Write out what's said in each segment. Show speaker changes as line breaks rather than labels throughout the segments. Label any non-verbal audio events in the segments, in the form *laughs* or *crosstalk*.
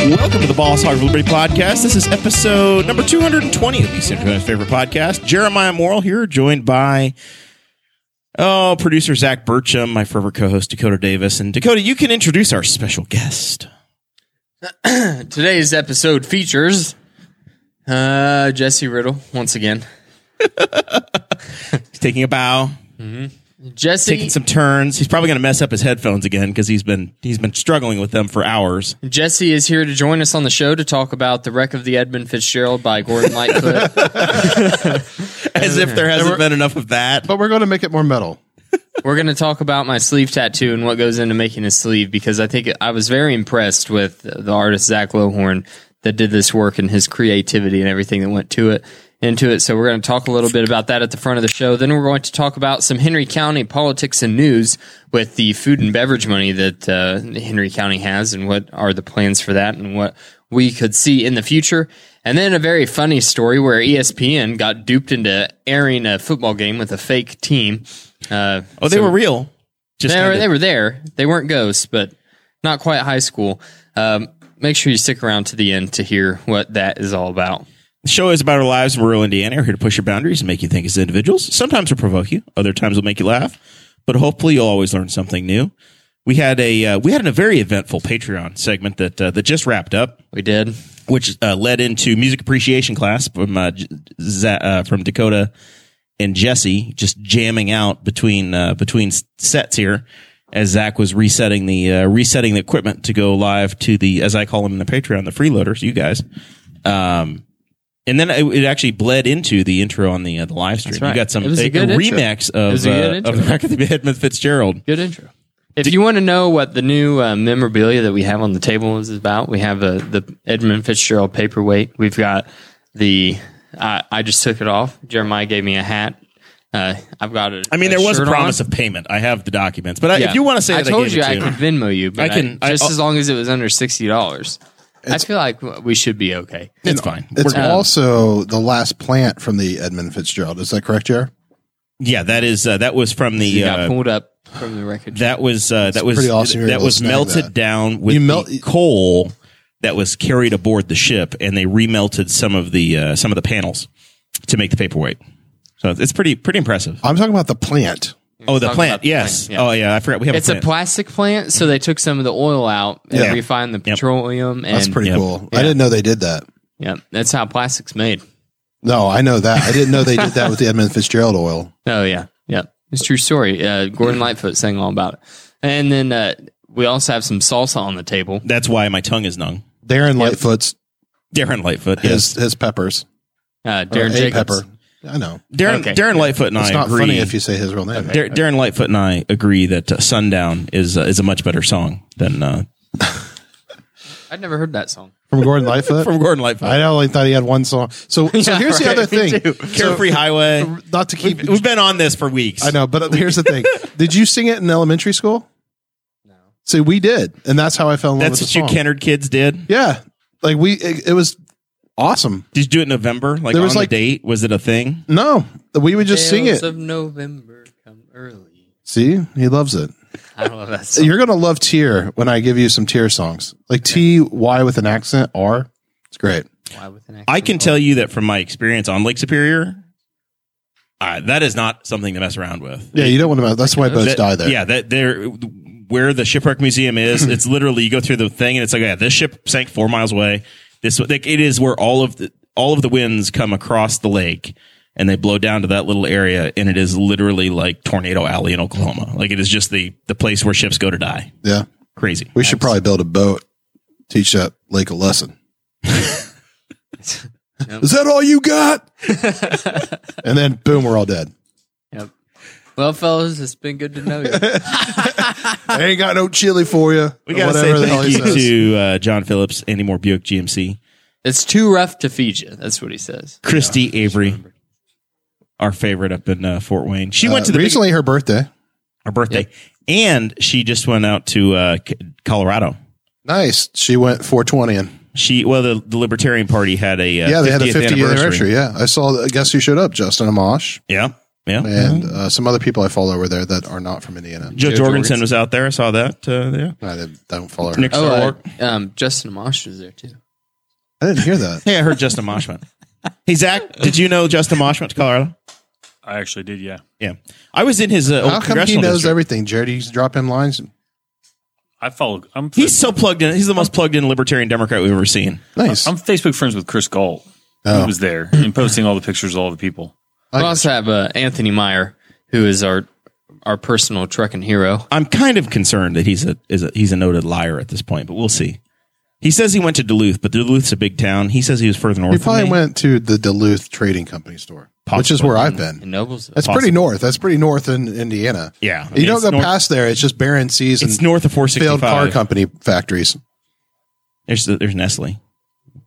Welcome to the Boss Hog of Liberty podcast. This is episode number 220 of the Central Coast favorite podcast. Jeremiah Morrill here, joined by oh producer Zach Burcham, my forever co-host Dakota Davis, and Dakota. You can introduce our special guest.
Today's episode features uh, Jesse Riddle once again.
He's taking a bow,
Jesse
taking some turns. He's probably going to mess up his headphones again because he's been he's been struggling with them for hours.
Jesse is here to join us on the show to talk about the wreck of the Edmund Fitzgerald by Gordon Lightfoot.
As if there hasn't been enough of that.
but we're going to make it more metal.
We're going to talk about my sleeve tattoo and what goes into making a sleeve because I think I was very impressed with the artist Zach Lowhorn that did this work and his creativity and everything that went to it into it. So we're going to talk a little bit about that at the front of the show. Then we're going to talk about some Henry County politics and news with the food and beverage money that uh, Henry County has and what are the plans for that and what we could see in the future. And then a very funny story where E ESPN got duped into airing a football game with a fake team. Uh,
Oh, they
so-
were real. Just
they were,
kinda-
they were there. They weren't ghosts, but not quite high school. Um, make sure you stick around to the end to hear what that is all about.
The show is about our lives in rural Indiana. We're here to push your boundaries and make you think as individuals. Sometimes we'll provoke you, other times we'll make you laugh, but hopefully you'll always learn something new. We had a uh, we had a very eventful Patreon segment that uh, that just wrapped up,
We did.
which uh, led into music appreciation class from uh, J- Za uh, from Dakota and Jesse just jamming out between uh, between s- sets here as Zach was resetting the uh, resetting the equipment to go live to the as I call them in the Patreon the freeloaders you guys. Um, and then it, it actually bled into the intro on the uh, the live stream.
right.
You got some
It was a
a, a
good intro.
remix
It
of
was a good
uh,
intro.
of the Back of the Edmund Fitzgerald.
Good intro. If you want to know what the new uh, memorabilia that we have on the table is about, we have uh, the Edmund Fitzgerald paperweight. We've got the. I I just took it off. Jeremiah gave me a hat. Uh, I've got it.
I mean, there was a promise of payment. I have the documents, but I, if you want to say,
I
that
told
gave
you
it to
I
you.
could Venmo you, but
I can-
I- just
I- oh.
as long as it was under sixty dollars. I feel like we should be okay.
it's fine.
It's
We're-
also the last plant from the Edmund Fitzgerald. Is that correct, Jer?
Yeah, that is uh, that was from the
You got
uh,
pulled up from the record.
that was uh, that was
pretty awesome you're
that
able to
was
snag
melted
that.
down with
You melt-
the coal that was carried aboard the ship, and they remelted some of the uh, some of the panels to make the paperweight. So it's pretty pretty impressive.
I'm talking about the plant.
Oh, the
talking
plant,
about the
yes.
plant, yeah.
Oh yeah, I forgot we have
it's
a
a
plant.
plastic plant, so they took some of the oil out and
Yeah.
refined the petroleum. And,
That's pretty
Yep.
cool. I didn't know they did that.
Yeah, that's how plastic's made.
No, I know that. I didn't know they did that with the Edmund Fitzgerald oil.
Oh yeah, yeah, it's a true story. Uh, Gordon Lightfoot sang all about it, and then uh, we also have some salsa on the table.
That's why my tongue is numb.
Darren Lightfoot's
Darren Lightfoot. Yes,
his his peppers.
Uh,
Or
Darren
a
Jacobs.
Oh, pepper. I know.
Darren
Okay.
Darren Lightfoot and
It's
I
not
agree.
funny if you say his real name.
Dar- Darren Lightfoot and I agree that uh, "Sundown" is uh, is a much better song than uh,
I'd never heard that song.
From Gordon
*laughs*
Lightfoot.
from Gordon Lightfoot.
I only thought he had one song. So, so here's the
right,
other
me
thing.
too.
Carefree Highway.
Not to keep.
We've been on this for weeks.
I know, but here's the thing. Did you sing it in elementary school? No. See, we did, and that's how I fell in love
That's
with
what
the
you
song.
Kennard kids did.
Yeah, like we, it, it was awesome.
Did you do it in November? Like
There
on
was,
the
like-
date? Was it a thing?
No, we would just sing
Tales
it.
of November come early.
See, he loves it.
I love that song.
You're gonna love Tear when I give you some Tear songs, like T Y with an accent R. It's great.
Why with an
I
accent?
can tell you that from my experience on Lake Superior, uh, that is not something to mess around with.
Yeah, you don't want to. That's why boats
That-
die there.
Yeah, that there where the shipwreck museum
*laughs*
is, it's literally you go through the thing and it's like, yeah, this ship sank four miles away. This like it is where all of the all of the winds come across the lake and they blow down to that little area and it is literally like tornado alley in Oklahoma. Like it is just the the place where ships go to die.
yeah.
Crazy. *laughs*
We should probably build a boat, teach that lake a lesson. Is that all
*laughs*
you got? and then boom, we're all dead.
Yep. Well, fellas, it's been good to know you.
I ain't got no chili for you.
We gotta
Whatever the
say
hell he
thank
says.
you to uh, John Phillips, Andy Moore Buick GMC,
it's too rough to feed you. That's what he says.
Christy Avery, our favorite up in uh, Fort Wayne. She went
Uh,
to the big-
recently her birthday.
her birthday, and she just went out to uh, C- Colorado.
Nice. She went 420 in.
She well, the, the Libertarian Party had a uh,
Yeah, they had a 50th anniversary. Yeah, I saw. Guess who showed up? Justin Amash
Yeah, yeah.
and uh, some other people I follow were there that are not from Indiana.
Joe,
Joe
Jorgensen,
Jorgensen.
was out there. I saw that. Uh, yeah.
I didn't- don't follow her.
Nick
Oh, uh,
Starwark.
um, Justin Amash was there too.
I didn't hear that.
*laughs* Hey, I heard Justin Mosh went. Hey, Zach, did you know Justin Mosh went to Colorado?
I actually did, yeah.
Yeah. I was in his uh, old
How come he
congressional
knows
district.
everything? Jared, you just drop him lines.
I follow. I'm
He's so plugged in. He's the most plugged in libertarian Democrat we've ever seen.
Nice.
I'm Facebook friends with Chris Galt.
Oh.
Who was there and posting all the pictures of all the people.
I
We also have uh, Anthony Meyer, who is our our personal trucking hero.
I'm kind of concerned that he's a, is a he's a noted liar at this point, but we'll see. He says he went to Duluth, but Duluth's a big town. He says he was further north.
He
than
probably
me.
went to the Duluth Trading Company store, which is
Possibly.
where I've been.
in Noblesville.
That's pretty north. That's pretty north in Indiana.
Yeah. I
you
mean,
don't
it's
go
north-
past there. It's just barren seas
It's
and
north of
failed car
465.
company factories.
There's there's Nestle.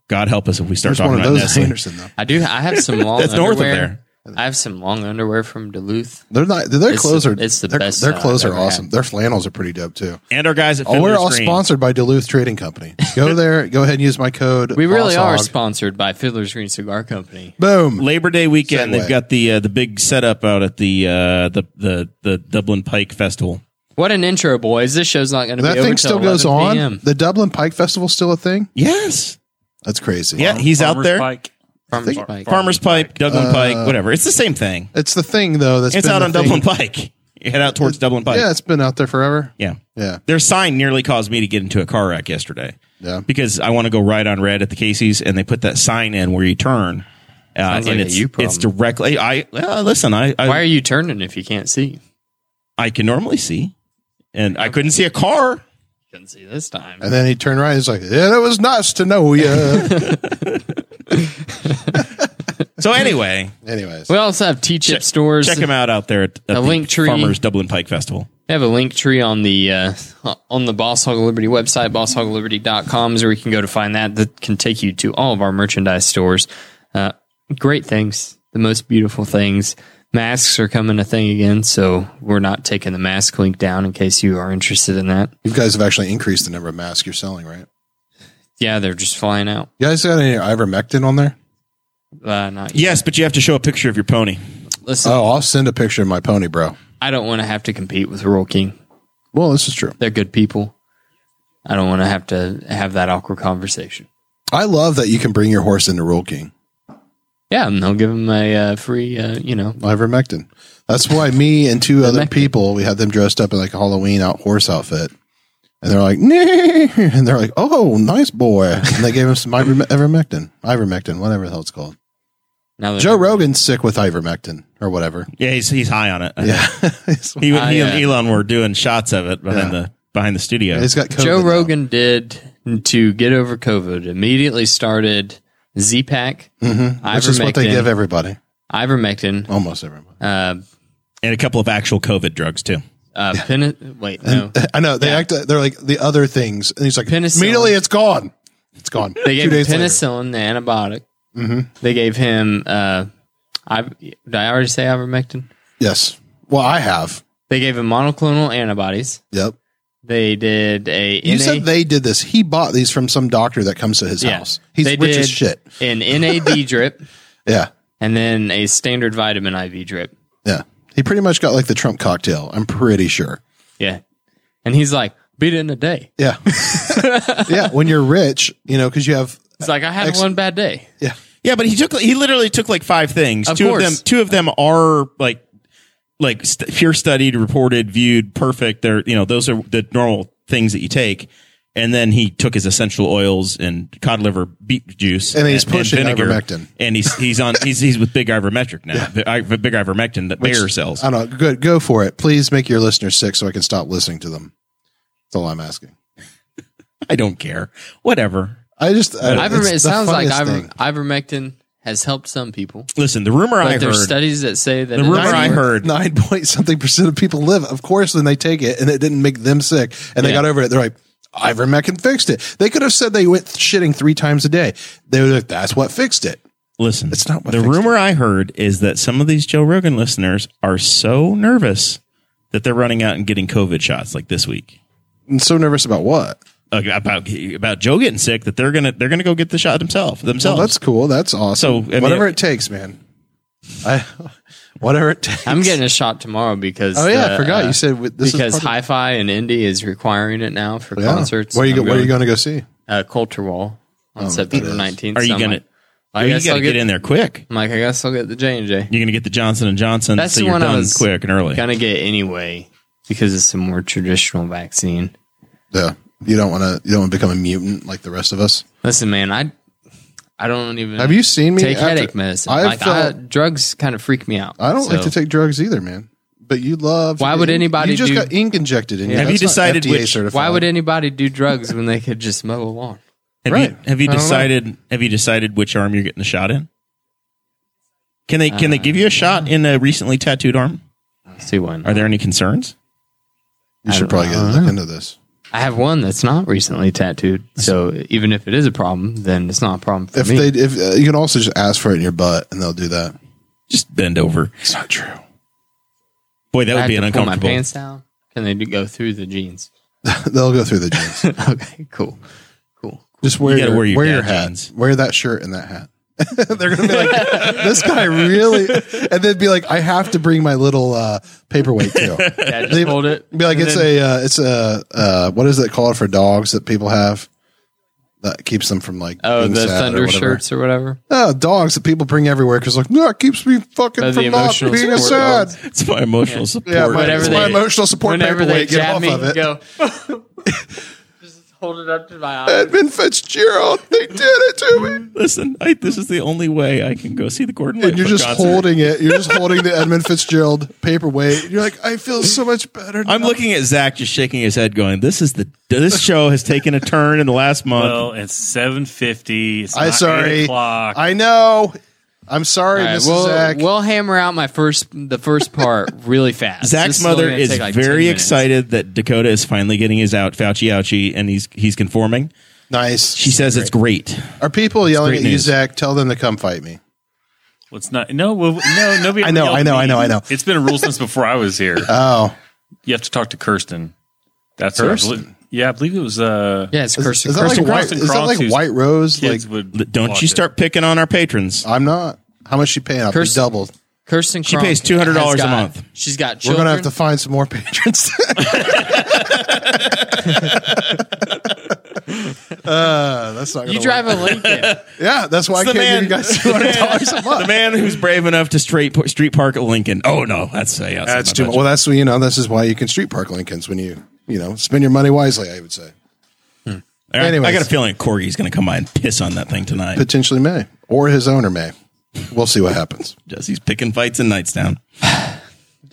God help us if we start
There's
talking
one of
about
those
Nestle.
in Anderson though.
I do. I have some long.
That's north of
underwear.
there.
I have some long underwear from Duluth.
They're not. Their
It's
clothes
the-
are.
it's the
their,
best
Their
I've
clothes are
ever had.
awesome. Their flannels are pretty dope too.
And our guys at
Oh, we're all
Fiddler's Green.
sponsored by Duluth Trading Company.
*laughs*
Go there. go ahead and use my code.
We really are
BOSSHOG.
sponsored by Fiddler's Green Cigar Company.
Boom.
Labor Day weekend,
Segway.
they've got the uh, the big setup out at the uh, the the the Dublin Pike Festival.
What an intro, boys! This show's not going to be
That
over
thing
till
still goes
11
on.
p.m.
The Dublin Pike Festival still a thing.
Yes,
That's crazy.
yeah, he's out
Farmer's
there.
Pike.
Farmer's
think-
Pike.
Farmers Pike, Dublin Pike, whatever. It's the same thing.
It's the thing though. That's
It's
Uh, been
out
the
on
thing.
Dublin Pike. *laughs* You head out towards Dublin Pike.
Yeah, it's been out there forever.
Yeah.
Yeah.
Their sign nearly caused me to get into a car wreck yesterday.
Yeah.
Because I want to go right on red at the Casey's, and they put that sign in where you turn. Uh,
Sounds like
and
a
it's
you problem.
it's directly. I well, listen. I I,
Why are you turning if you can't see?
I can normally see, and I couldn't see a car.
Couldn't see this time.
And then he turned around. He's like, "Yeah, that was nice to
*laughs*
know you."
So anyway,
Anyways,
We also have T Chip stores.
check them out out there at, at
A
the
link tree.
Farmers Dublin Pike Festival.
We have a link tree on the uh, on the Boss Hog Liberty website, bosshogliberty.com is where you can go to find that. That can take you to all of our merchandise stores. Uh, great things, the most beautiful things. Masks are coming a thing again, so we're not taking the mask link down in case you are interested in that.
you guys have actually increased the number of masks you're selling, right?
Yeah, they're just flying out.
You guys got any ivermectin on there?
Uh, not yet.
Yes, but you have to show a picture of your pony.
Listen,
Oh, I'll send a picture of my pony, bro.
I don't want to have to compete with Royal King.
Well, this is true.
They're good people. I don't want to have to have that awkward conversation.
I love that you can bring your horse into Rule King.
Yeah, and they'll give them a uh, free, uh, you know,
Ivermectin. That's why me and two other people, we had them dressed up in like a Halloween out horse outfit. And they're like, "Nee," and they're like, oh, nice boy. And they gave him some iverme- ivermectin, ivermectin, whatever the hell it's called.
now they're-
Joe Rogan's sick with ivermectin or whatever.
Yeah, he's he's high on it.
Yeah. *laughs*
He,
Ah,
he and
yeah.
Elon were doing shots of it behind
Yeah.
the behind the studio.
He's got COVID
Joe
now.
Rogan did to get over COVID. Immediately started Z Pack, mm-hmm.
Which is what they give everybody,
ivermectin,
almost everybody.
uh,
and a couple of actual COVID drugs too.
uh, peni- wait, no,
I know they act. They're like the other things, and he's like,
Penicillin.
immediately it's gone. It's gone.
they gave him
Two days later. Mm-hmm.
penicillin, the antibiotic. They gave him. Uh, I did I already say ivermectin?
Yes. Well, I have.
They gave him monoclonal antibodies.
Yep.
They did a
You
NA
said they did this. He bought these from some doctor that comes to his
Yeah.
house. He's
They
rich as
did
shit.
an
*laughs*
NAD drip
Yeah.
and then a standard vitamin IV drip.
Yeah. He pretty much got like the Trump cocktail. I'm pretty sure.
Yeah, and he's like, beat it in a day. *laughs*
Yeah. yeah. When you're rich, you know, because you have.
It's like I had
Ex-
one bad day.
Yeah.
Yeah, but he took he literally took like five things.
Of
two
course.
of them two of them are like like st- peer studied, reported, viewed, perfect. They're you know those are the normal things that you take. And then he took his essential oils and cod liver beet juice,
And he's pushing ivermectin.
and he's he's on he's he's with big ivermectin now, I- big ivermectin that Bayer sells.
I don't know. Good. Go for it. Please make your listeners sick so I can stop listening to them. That's all I'm asking.
I don't care, whatever.
I just. I,
Iverme-
it's
it
the
sounds like
funniest
iver-
thing.
ivermectin has helped some people.
Listen, the rumor I
But
heard.
there's studies that say that
The
it
rumor
doesn't
I
work.
heard.
Nine point something percent of people live. Of course, then they take it and it didn't make them sick and they
Yeah.
got over it. They're like, ivermectin fixed it. They could have said they went shitting three times a day. They were like, that's what fixed it.
Listen,
It's not what
the
fixed
rumor I heard is that some of these Joe Rogan listeners are so nervous that they're running out and getting COVID shots like this week
I'm so nervous about what?
Uh, about about Joe getting sick that they're gonna they're gonna go get the shot themselves
Well,
themselves.
that's cool. That's awesome.
So, I mean,
whatever
it-
it takes, man. I, *laughs* whatever it takes.
I'm getting a shot tomorrow because
Oh yeah, I
the,
forgot.
uh,
you said with- this
because
is part of-
Hi-Fi and Indie is requiring it now for
Yeah.
concerts.
Where you go,
I'm
Where are you
going?
going to go Oh, see?
Uh, Culture Wall on September
is.
19th.
are you
so I'm
gonna?
like, I
you
guess
gotta
I'll
get,
get-
in there quick.
I'm like, I guess I'll get the J and J.
You're gonna get the Johnson and Johnson.
That's
so
the
you're
one I
done
was
quick and early.
Gonna get anyway because it's a more traditional vaccine.
Yeah, you don't want to. You don't want to become a mutant like the rest of us.
Listen, man, I I don't even
Have you seen me
Mm. take
after-
headache medicine.
I
like I,
felt-
drugs kind of freak me out.
I don't like
So,
to take drugs either, man. But you love.
Why would anybody
You just
do-
got ink injected in you.
Have you
That's not
decided
FDA
which-
certified.
Why would anybody do drugs when they could just mow along?
Have you
Right.
have you
I don't know.
decided have you decided which arm you're getting the shot in? Can they can they give you a shot in a recently tattooed arm?
See one.
Are there any concerns?
you should probably get
Uh-huh.
look into this?
I have one that's not recently tattooed. So even if it is a problem, then it's not a problem for
If
me.
they, if uh, you can also just ask for it in your butt, and they'll do that.
Just bend over.
It's not true.
Boy, that
I
would
have
be an
to pull my
uncomfortable.
pants down. Can they do, go through the jeans?
*laughs* they'll go through
*laughs*
the jeans.
okay, cool, cool.
Just wear
gotta
your,
wear
wear
your
your,
dad
hat.
jeans.
Wear that shirt and that hat. *laughs* They're gonna be like, this guy really, and then be like, I have to bring my little uh, paperweight too.
*laughs* Yeah, just
They-
hold it.
Be like,
And
it's
then-
a, uh, it's a, uh, what is it called for dogs that people have that keeps them from like
oh
being
the
sad or
thunder
whatever?
shirts or whatever.
Oh, dogs that people bring everywhere because like, no, it keeps me fucking
Oh, the
from not
emotional
being
support
sad.
dogs.
It's my emotional support.
Yeah, my,
Whatever
it's
they-
my emotional support
Whenever they
paperweight. Get
jab
off
me,
of it. *laughs*
go. just hold it up to my eye.
Edmund Fitzgerald, they did
*laughs*
it to me.
Listen, I, this is the only way I can go see the Gordon.
And you're
Lightfoot
just
concert.
holding it. You're just holding the Edmund Fitzgerald paperweight. You're like, I feel so much better.
I'm
now."
looking at Zach, just shaking his head, going, "This is the this show has taken a turn in the last month."
Well, it's seven fifty. It's
I'm
not Eight
sorry.
o'clock.
I know. I'm sorry,
All right,
Mrs.
we'll,
Zach.
we'll hammer out my first the first part really fast. This
Zach's
is only
mother
gonna
is
take like 10
very
minutes.
excited that Dakota is finally getting his out Fauci ouchie, and he's he's conforming.
nice.
She says it's great.
Are people yelling
great
at you,
news.
Zach? Tell them to come fight me.
What's not? No, well, no, nobody.
I know,
yelled
I know,
at
I know,
me.
I know.
It's been a rule since before I was here.
Oh,
You have to talk to Kirsten. That's who I
Kirsten?
believe- yeah, I believe it was. Uh,
Yeah, it's
is,
Kirsten.
is that
Kirsten
like white?
Kirsten
Is that
Cross,
like
who's
White Rose?
kids
Like
would
Don't
watch
you
it.
start picking on our patrons.
I'm not. How much she paying? I'll pay
Kirsten-
double.
Kirsten
She
Crump
pays $200 a
has got-
month.
She's got
We're
children.
gonna have to find some more *laughs* patrons. uh, that's not. Gonna
You drive
Work.
a Lincoln.
*laughs* Yeah, that's why I can't give you guys *laughs* two hundred dollars a
the
month.
man who's brave enough to straight street park at Lincoln. Oh no, that's uh, yeah,
That's
my
too much.
budget.
Well, that's you know. This is why you can street park Lincolns when you you know spend your money wisely. I would say
All right, I
anyways.
got a feeling Corgi's going to come by and piss on that thing tonight.
potentially may or his owner may. We'll see what happens.
Jesse's picking fights in Knightstown.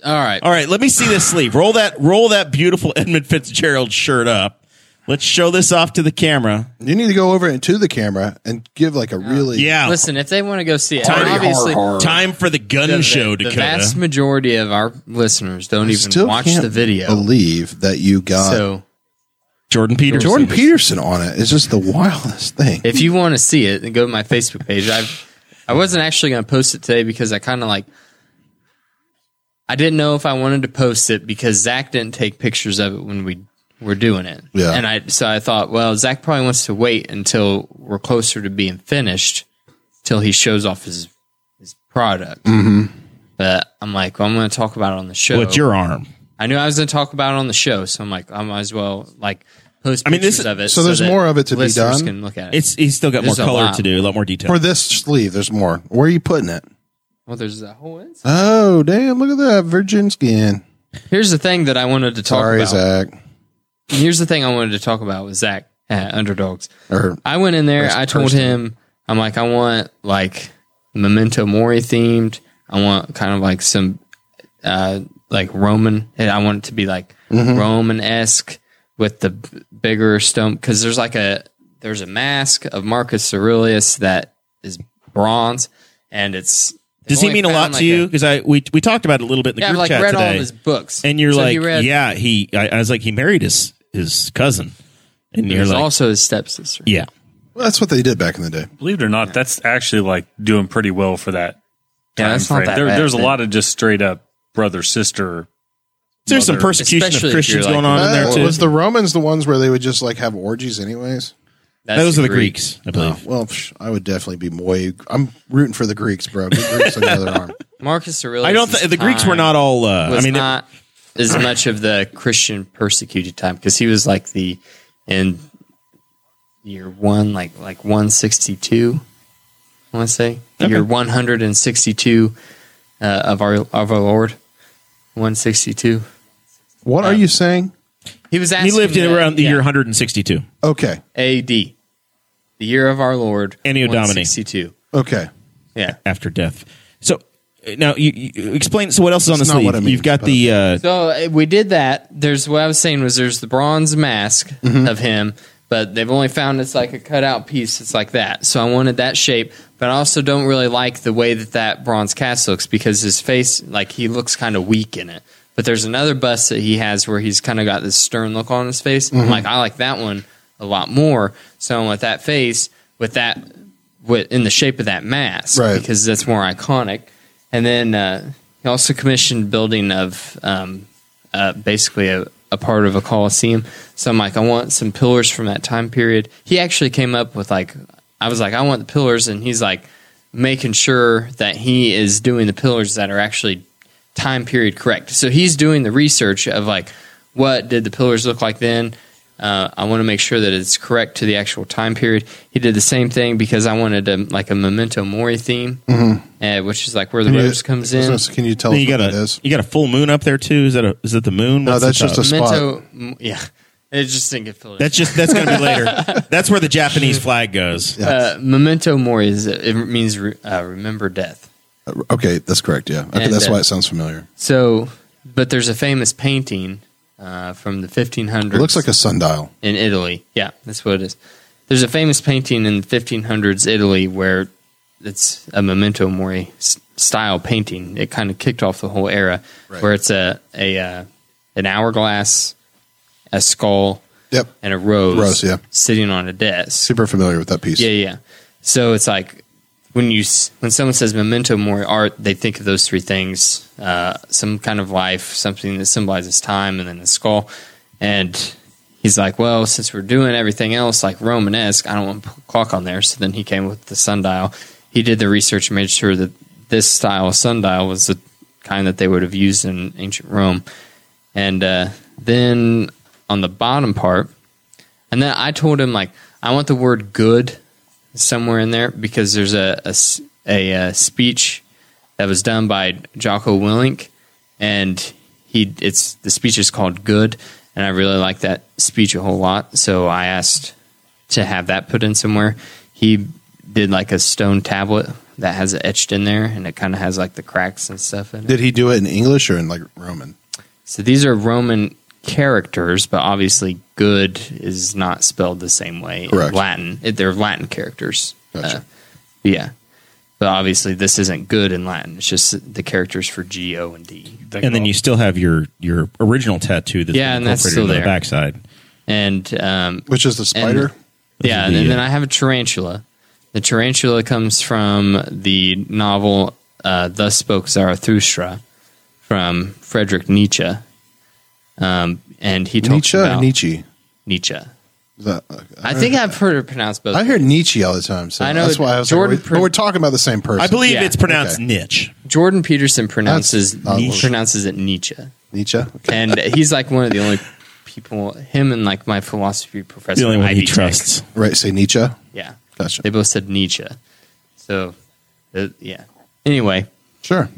All right.
All right, let me see this sleeve. Roll that roll that beautiful *laughs* Edmund Fitzgerald shirt up. Let's show this off to the camera.
You need to go over into the camera and give like a really
Yeah.
Listen, if they want to go see it,
Time-
obviously
Time for the gun
the,
show,
the
Dakota.
vast majority of our listeners don't even
Still
watch
can't
the video.
Believe that you got
so
Jordan Peterson.
Jordan Peterson on it. It's just the wildest thing.
if you want to see it, then go to my Facebook page. I've I wasn't actually going to post it today because I kind of like I didn't know if I wanted to post it because Zach didn't take pictures of it when we were doing it.
Yeah.
and I so I thought, well, Zach probably wants to wait until we're closer to being finished till he shows off his his product. Mm-hmm. But I'm like, well, I'm going to talk about it on the show.
What's your arm?
I knew I was going to talk about it on the show, so I'm like, I might as well like post
mean, this-
pictures of it.
so there's
that
more of it to be
listeners
done?
Can look at it.
It's he's still got
There's
more
a
color
lot.
to do, a lot more detail.
For this sleeve, there's more. Where are you putting it?
well, there's that whole inside.
Oh, damn! Look at that virgin skin.
Here's the thing that I wanted to talk
Sorry,
about.
Zach.
Here's the thing I wanted to talk about with Zach at Underdogs.
Or
I went in there. I told
person.
him, I'm like, I want like Memento Mori themed. I want kind of like some uh, like Roman. and I want it to be like
Mm-hmm.
Roman esque with the b- bigger stone because there's like a there's a mask of Marcus Aurelius that is bronze, and it's. they've
Does he
only
mean a lot
found,
to
like,
you?
a-
Because I we we talked about it a little bit in the
yeah, I've
group
like
chat
read
today.
all of his books,
and you're
So
like,
he read-
yeah, he. I, I was like, he married his his cousin, and
It
you're
was
like,
also his stepsister.
yeah,
Well, that's what they did back in the day.
Believe it or not, that's actually like doing pretty well for that.
Yeah,
time
that's not
frame.
that
There-
bad,
There's a
but-
lot of just straight up brother sister.
there's some
Mother-
persecution
Especially
of
if
Christians
you're, like,
going on in there
Well,
too.
was the Romans the ones where they would just like have orgies anyways?
That's
Those are the
Greek.
Greeks, I believe.
Oh, well, psh, I would definitely be way. I'm rooting for the Greeks, bro. The Greeks on the other
*laughs*
arm.
Marcus Aurelius.
I don't think the Greeks were not all. Uh, I
was
mean, it-
not
*laughs*
as much of the Christian persecuted time because he was like the in year one, like like one sixty two. I want to say year one hundred and sixty two uh, of our of our Lord, one sixty two.
What are you saying?
He was asking
he lived in
that-
around the
yeah,
year 162.
Okay,
A.D. the year of our Lord,
Anno Domini.
sixty two.
okay.
Yeah.
after death. So uh, now you, you explain. So what else is on the
That's not
sleeve?
what I mean,
You've got
but-
the uh,
So uh, we did that. There's what I was saying was there's the bronze mask of him, but they've only found it's like a cutout piece. It's like that. So I wanted that shape, but I also don't really like the way that that bronze cast looks because his face, like he looks kind of weak in it. But there's another bust that he has where he's kind of got this stern look on his face. I'm like I like that one a lot more. So with that face, with that, with in the shape of that mask,
Right.
because that's more iconic. And then uh, he also commissioned building of um, uh, basically a, a part of a coliseum. So I'm like, I want some pillars from that time period. He actually came up with like, I was like, I want the pillars, and he's like making sure that he is doing the pillars that are actually time period correct. So he's doing the research of like, what did the pillars look like then? Uh, I want to make sure that it's correct to the actual time period. He did the same thing because I wanted a, like a memento mori theme,
Mm-hmm.
uh, which is like where the
Can you-
rose comes in.
Can you tell
then
us
you
what
got
it
a
is?
you got a full moon up there too. Is that a is that the moon?
No,
What's
that's
the
just
top?
a-
Memento, m- yeah. It just didn't get filled. in.
that's just that's gonna
*laughs*
be later. That's where the Japanese flag goes.
uh, memento mori is it means re, uh, remember death.
Okay, that's correct. Yeah, okay,
And,
that's
uh,
why it sounds familiar.
So, but there's a famous painting uh, from the 1500s.
It looks like a sundial.
in Italy. Yeah, that's what it is. There's a famous painting in the 1500s Italy where it's a memento mori s- style painting. It kind of kicked off the whole era
Right.
where it's a a uh, an hourglass, a skull,
Yep,
and a rose,
Rose, yeah.
sitting on a desk.
super familiar with that piece.
Yeah, yeah. So it's like when you s- when someone says memento mori art, they think of those three things: uh, some kind of life, something that symbolizes time, and then the skull. And he's like, "Well, since we're doing everything else like Romanesque, I don't want to put a clock on there." So then he came with the sundial. He did the research and made sure that this style of sundial was the kind that they would have used in ancient Rome. And uh, then on the bottom part, and then I told him like I want the word good somewhere in there because there's a a s- a, uh, speech that was done by Jocko Willink, and he it's the speech is called Good, and I really like that speech a whole lot. So I asked to have that put in somewhere. He did like a stone tablet that has it etched in there, and it kind of has like the cracks and stuff in it.
Did he do it in English or in like Roman?
So these are Roman characters, but obviously good is not spelled the same way
Correct.
in Latin. It, they're Latin characters. Uh,
Gotcha.
yeah. But obviously this isn't good in Latin. It's just the characters for G, O, and D.
And then you still have your your original tattoo. That's
Yeah,
been
and that's
incorporated
still
into
there.
The backside.
And um,
Which is the spider?
yeah, and,
the,
then
uh,
I have a tarantula. The tarantula comes from the novel uh, "Thus Spoke Zarathustra" from Frederick Nietzsche, um, and he talks
Nietzsche or
about
Nietzsche?
Nietzsche.
Is that- okay.
I think I've heard it pronounced both.
I hear Nietzsche all the time. So
I know
that's why I was
Jordan
Jordan. Like, we-
Pr-
we're talking about the same person.
I believe
Yeah,
it's pronounced
okay.
niche.
Jordan Peterson pronounces
That's-
he
uh,
pronounces it Nietzsche,
Nietzsche. Okay.
and he's like one of the only people. Him and like my philosophy professor,
The only one
at
he
Ivy Tech.
trusts.
Right. Say Nietzsche.
Yeah,
Gotcha.
they both said Nietzsche. So, uh, yeah. Anyway,
Sure.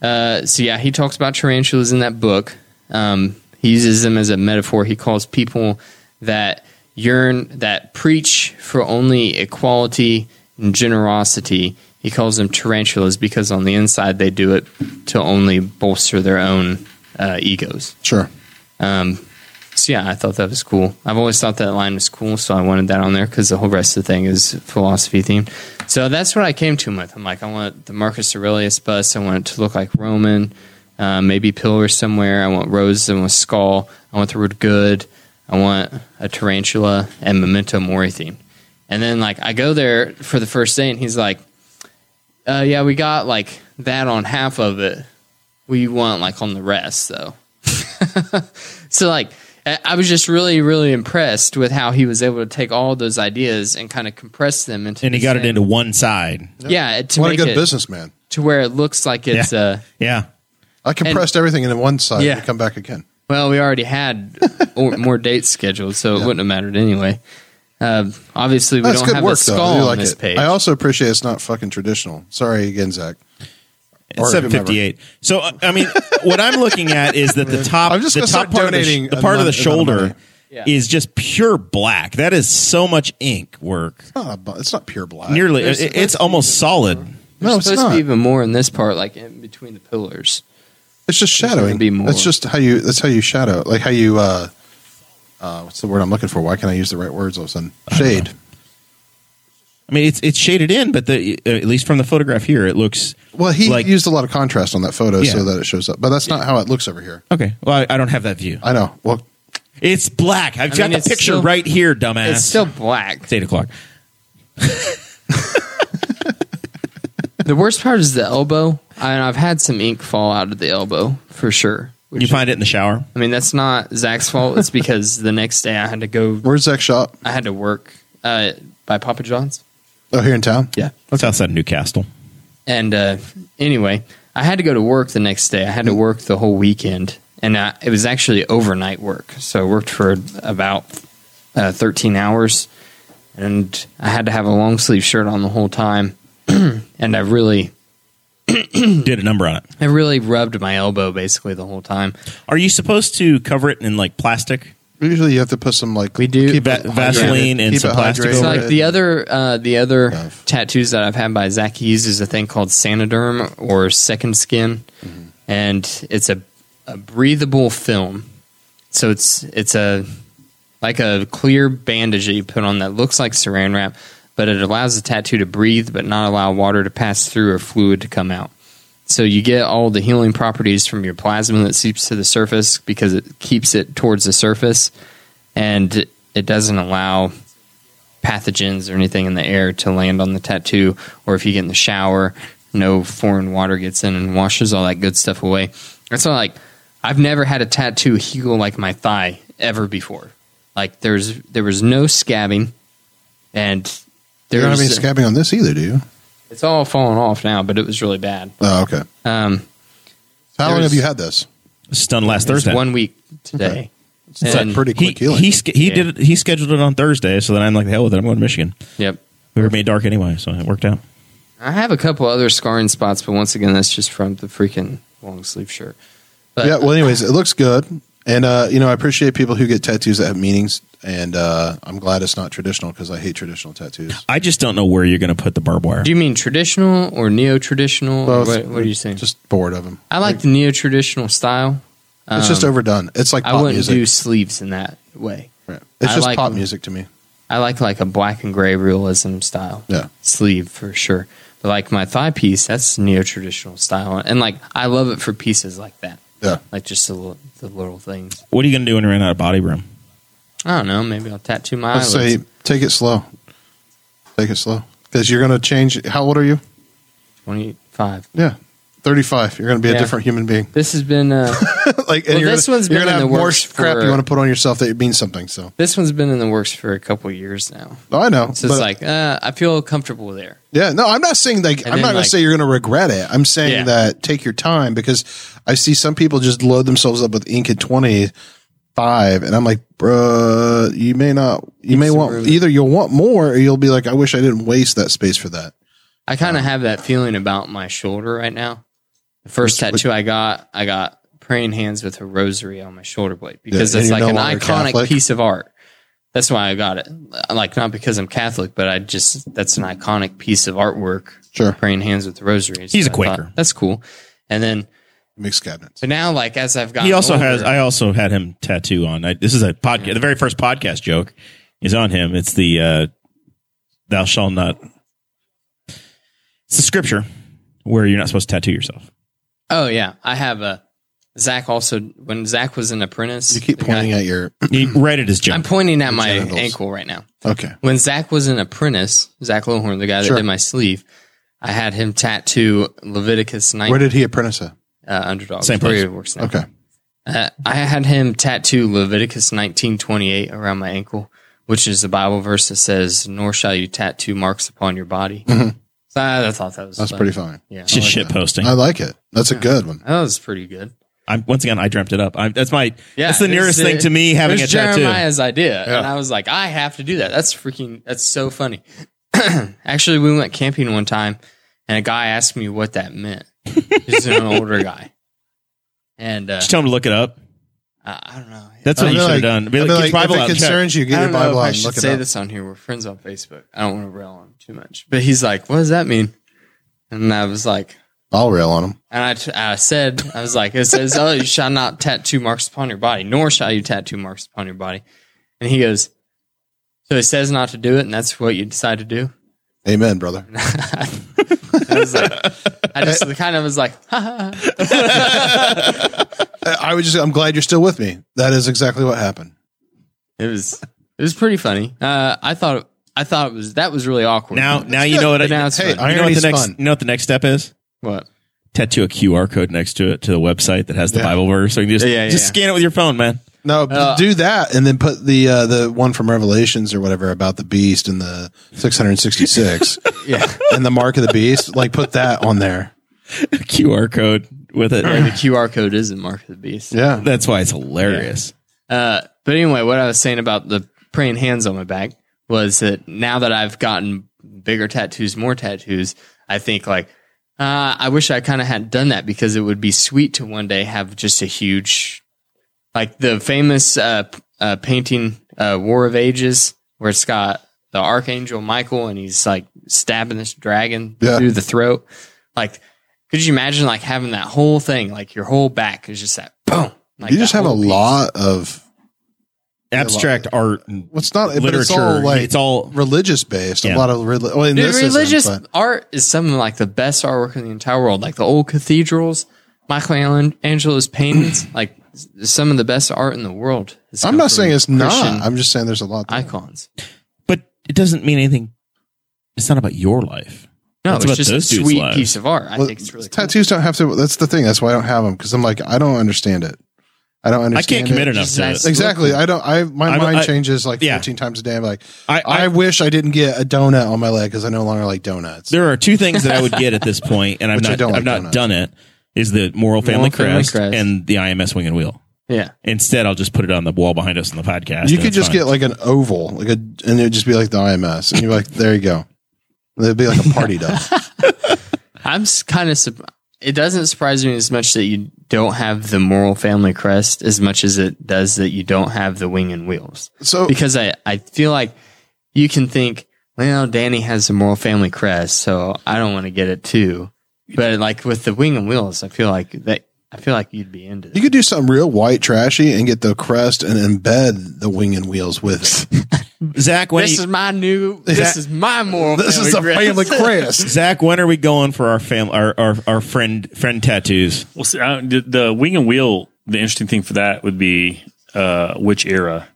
uh, so yeah, he talks about tarantulas in that book. Um, he uses them as a metaphor. He calls people that yearn, that preach for only equality and generosity. He calls them tarantulas because on the inside they do it to only bolster their own uh, egos.
Sure.
So yeah, I thought that was cool. I've always thought that line was cool, so I wanted that on there because the whole rest of the thing is philosophy themed. So that's what I came to him with. I'm like, I want the Marcus Aurelius bust. I want it to look like Roman, uh, maybe pillar somewhere. I want roses. I want skull. I want the word good. I want a tarantula and memento mori theme. And then like I go there for the first day, and he's like, uh, "Yeah, we got like that on half of it. We want like on the rest though." *laughs* so like I I was just really really impressed with how he was able to take all those ideas and kind of compress them into
and he
the
got it
same-
into one side.
yeah to
What a
make
good
it
businessman.
to where it looks like it's uh
Yeah.
I compressed everything into one side
Yeah.
and come back again.
Well, we already *laughs* had or, more dates scheduled, so it wouldn't have mattered anyway. Uh, obviously, we
That's
don't
good
have
work,
a
though.
skull
I do
on
like
this
it.
page.
I also appreciate it's not fucking traditional. Sorry again, Zach. Or
Seven fifty eight. So uh, I mean, what I'm looking at is that the top,
*laughs* I'm just
the
gonna
top
start
part, of the,
donating
sh- the
a
part of
mon-
the
amount of
shoulder
money.
is just pure black. That is so much ink work.
whatever. Not a Ah, bu- it's not pure black.
Nearly,
There's-
it, it's almost solid.
no,
There's
it's
supposed to
not.
be even more in this part, like in between the pillars.
It's just
There's gonna
shadowing.
be more.
That's just how you. That's how you shadow. Like how you. uh uh What's the word I'm looking for? Why can't I use the right words all of a sudden? Shade.
I mean, it's it's shaded in, but the uh, at least from the photograph here, it looks
Well, he
Like-
used a lot of contrast on that photo
Yeah.
so that it shows up, but that's not how it looks over here.
okay. Well, I, I don't have that view.
I know. Well,
It's black. I've
I
got
mean,
the
it's
picture
still-
right here, dumbass.
It's still black.
it's eight o'clock.
*laughs* the worst part is the elbow, and I've had some ink fall out of the elbow for sure.
You find it in the shower.
I mean, that's not Zach's fault. It's because the next day I had to go.
where's Zach's shop?
I had to work uh, by Papa John's.
Oh, here in town.
Yeah.
It's outside of Newcastle.
And uh, anyway, I had to go to work the next day. I had to work the whole weekend, and I, it was actually overnight work. So I worked for about uh, 13 hours, and I had to have a long sleeve shirt on the whole time. *clears throat* and I really,
Did a number on it.
I really rubbed my elbow basically the whole time.
Are you supposed to cover it in like plastic?
Usually, you have to put some like
We do-
keep
Va-
it hydrated.
Vaseline and
Keep
some
it
plastic
hydrated.
So
over
like the other uh, the other
Stuff.
tattoos that I've had by Zach he uses a thing called Sanoderm or Second Skin, and it's a, a breathable film. So it's it's a like a clear bandage that you put on that looks like saran wrap, but it allows the tattoo to breathe but not allow water to pass through or fluid to come out. So you get all the healing properties from your plasma that seeps to the surface because it keeps it towards the surface and it doesn't allow pathogens or anything in the air to land on the tattoo or if you get in the shower no foreign water gets in and washes all that good stuff away that's why like i've never had a tattoo heal like my thigh ever before like there's there was no scabbing and
You don't have any
there's
scabbing on this either, do you?
it's all fallen off now but it was really bad
Oh, okay.
um
How long
There's-
have you had this?
It's done last
it was
Thursday.
one week today
It's like
And
pretty
he
quick healing.
he, sch- he
Yeah.
did it, he scheduled it on Thursday, so then I'm like, the hell with it. I'm going to Michigan.
yep
We were made dark anyway, so it worked out.
I have a couple other scarring spots, but once again, that's just from the freaking long sleeve shirt. But
yeah. Well, anyways, it looks good, and uh, you know I appreciate people who get tattoos that have meanings, and uh, I'm glad it's not traditional because I hate traditional tattoos.
I just don't know where you're going to put the barbed wire.
do you mean traditional or neo traditional?
Both.
What, what are you saying?
Just bored of them.
I like the neo traditional style.
it's just
Um,
overdone. It's like
I
pop
wouldn't
music.
do sleeves in that way.
Right. It's
I
just
like
pop
them.
music to me.
I like like a black and gray realism style.
Yeah.
Sleeve for sure. But like my thigh piece, that's neo traditional style. And like I love it for pieces like that.
Yeah.
Like just the little, the little things.
what are you going to do when you run out of body room?
I don't know. Maybe I'll tattoo my
I'd
eyelids.
say take it slow. Take it slow because you're going to change. How old are you?
25.
Yeah, 35. You're going to be
Yeah.
a different human being. *laughs*
This has been. Uh, *laughs*
like,
Well,
and you're
this
gonna,
one's been
you're gonna
in
have
the
more
works
crap
for-
you want to put on yourself that it means something. So Oh,
This one's been in the works for a couple years now.
I know.
So it's
but-
like, uh, I feel comfortable there.
yeah, no, I'm not saying like
And
I'm
then,
not going
like-
to say you're going to regret it. I'm saying
Yeah.
that take your time because I see some people just load themselves up with ink at 25, and I'm like, bruh, you may not. You may
some
want
room.
either you'll want more or you'll be like, I wish I didn't waste that space for that.
I kind of have that feeling about my shoulder right now. The first
Which-
tattoo I got, I got praying hands with a rosary on my shoulder blade because
Yeah, and
it's
you're
like
no
an
longer
iconic
Catholic.
piece of art. That's why I got it. Like not because I'm Catholic, but I just that's an iconic piece of artwork.
Sure.
Praying hands with the rosary.
He's a
I thought,
Quaker.
that's cool. And then
mix cabinets.
But now, like as I've gotten,
He also has.
older-
I also had him tattoo on. I, this is a podcast. The very first podcast joke is on him. It's the uh, "Thou shalt not." It's the scripture where you're not supposed to tattoo yourself.
oh yeah, I have a. Zach also when Zach was an apprentice.
You keep
the guy-
pointing at your *clears throat*
*laughs*
He read it as joke.
I'm pointing at my
genitals.
ankle right now.
okay.
When Zach was an apprentice, Zach Lohorn, the guy that
Sure.
did my sleeve, I had him tattoo Leviticus 9
Where did he apprentice at?
uh, underdog.
Same
where
place.
he works now.
Okay,
Uh, I had him tattoo Leviticus 19:28 around my ankle, which is the Bible verse that says, "Nor shall you tattoo marks upon your body." So I, I thought that was
Mm-hmm. that's
fun.
pretty fun.
Yeah,
It's just shit posting.
I like it. That's a good one.
that was pretty good.
I'm once again. I dreamt it up. I, that's my.
Yeah,
that's the
it was-
nearest thing
it-
to me having
it
a
was
tattoo.
Jeremiah's idea, and
Yeah.
I was like, I have to do that. That's freaking. That's so funny. *clears throat* Actually, we went camping one time, and a guy asked me what that meant. He's an older guy, and uh,
Just tell him to look it up.
I, I don't know.
That's what
I'd
you
be
should have
like-
done. Be like,
I'd be
"Get
like,
your Bible
if
out
it
and check."
concerns you, get
I
your
don't know
Bible
if
out
I
and
should
look
say
it up.
this on here. We're friends on Facebook. I don't want to rail on him too much. But he's like, "What does that mean?" And I was like,
I'll rail on him.
and I, t- I said, I was like, it says, "Oh, you shall not tattoo marks upon your body, nor shall you tattoo marks upon your body." And he goes, "So it says not to do it, and that's what you decide to do."
Amen, brother.
I was like, I just kind of was like, ha, ha, ha.
I I would just. I'm glad you're still with me. That is exactly what happened.
it was it was pretty funny. Uh, I thought I thought it was that was really awkward.
Now, now you know what.
But now
I,
it's
Hey,
fun.
you know what the
irony's
next.
fun.
You know what the next step is.
what?
Tattoo a QR code next to it to the website that has the
Yeah.
Bible verse, so you can just
Yeah, yeah,
just
yeah.
scan it with your phone, man. *laughs*
No, but
Uh,
do that and then put the uh, the one from Revelations or whatever about the beast and the 666
Yeah,
and the mark of the beast. Like put that on there.
QR code with it.
the QR code is the mark of the beast.
Yeah.
*laughs* That's why it's hilarious.
Uh, but anyway, what I was saying about the praying hands on my back was that now that I've gotten bigger tattoos, more tattoos, I think like uh, I wish I kind of hadn't done that because it would be sweet to one day have just a huge, like the famous uh, p- uh, painting uh, War of Ages, where it's got the archangel Michael and he's like stabbing this dragon
Yeah.
through the throat. Like, could you imagine like having that whole thing, like your whole back is just that boom? Like
you just
that
have a
whole piece.
lot of
Abstract art and
what's not but it's all
literature.
like
It's all
religious based.
Yeah.
A lot of reli- well, in
Dude,
this isn't,
religious
but-
art is some of like the best artwork in the entire world. Like the old cathedrals, Michelangelo's paintings,
*clears throat*
like s- some of the best art in the world. has
I'm
come
not
from
saying it's
Christian
not. I'm just saying there's a lot. there.
icons.
but it doesn't mean anything. It's not about your life.
No,
That's
it's
about
just a
those dudes'
sweet
lives.
piece of art. I
Well,
think it's really cool.
tattoos don't have to. That's the thing. That's why I don't have them because I'm like I don't understand it. I don't
I
understand.
can't commit enough
Just
to
nice.
it.
*laughs* Exactly. I don't. I my
I-
mind
I-
changes like
yeah.
14 times a day. I'm like
I, I,
I wish I didn't get a donut on my leg because I no longer like donuts.
there are two things that I would get at this point,
*laughs*
and I've
Which I
not
don't like
I've not
donuts.
done it. Is the moral family,
Moral Family
crest,
Crest.
and the IMS wing and wheel.
Yeah.
Instead, I'll just put it on the wall behind us on the podcast.
you
and
could
it's
just
fine.
get like an oval, like a, and it would just be like the IMS, and you're like, there you go. And It'd be like a
*laughs*
party dog.
I'm kind of. Su- it doesn't surprise me as much that you don't have the moral family crest as much as it does that you don't have the wing and wheels.
So
because I, I feel like you can think, well, Danny has the moral family crest, so I don't want to get it too. But like with the wing and wheels, I feel like that I feel like you'd be into
you
it.
could do something real white trashy and get the crest and embed the wing and wheels with it. *laughs*
Zach. When
This
you-
is my new. This is my moral.
This is the
family
family
crest.
crest.
Zach, when are we going for our family, our, our our friend friend tattoos?
Well, see, I, don't- the, the wing and wheel. The interesting thing for that would be uh, which era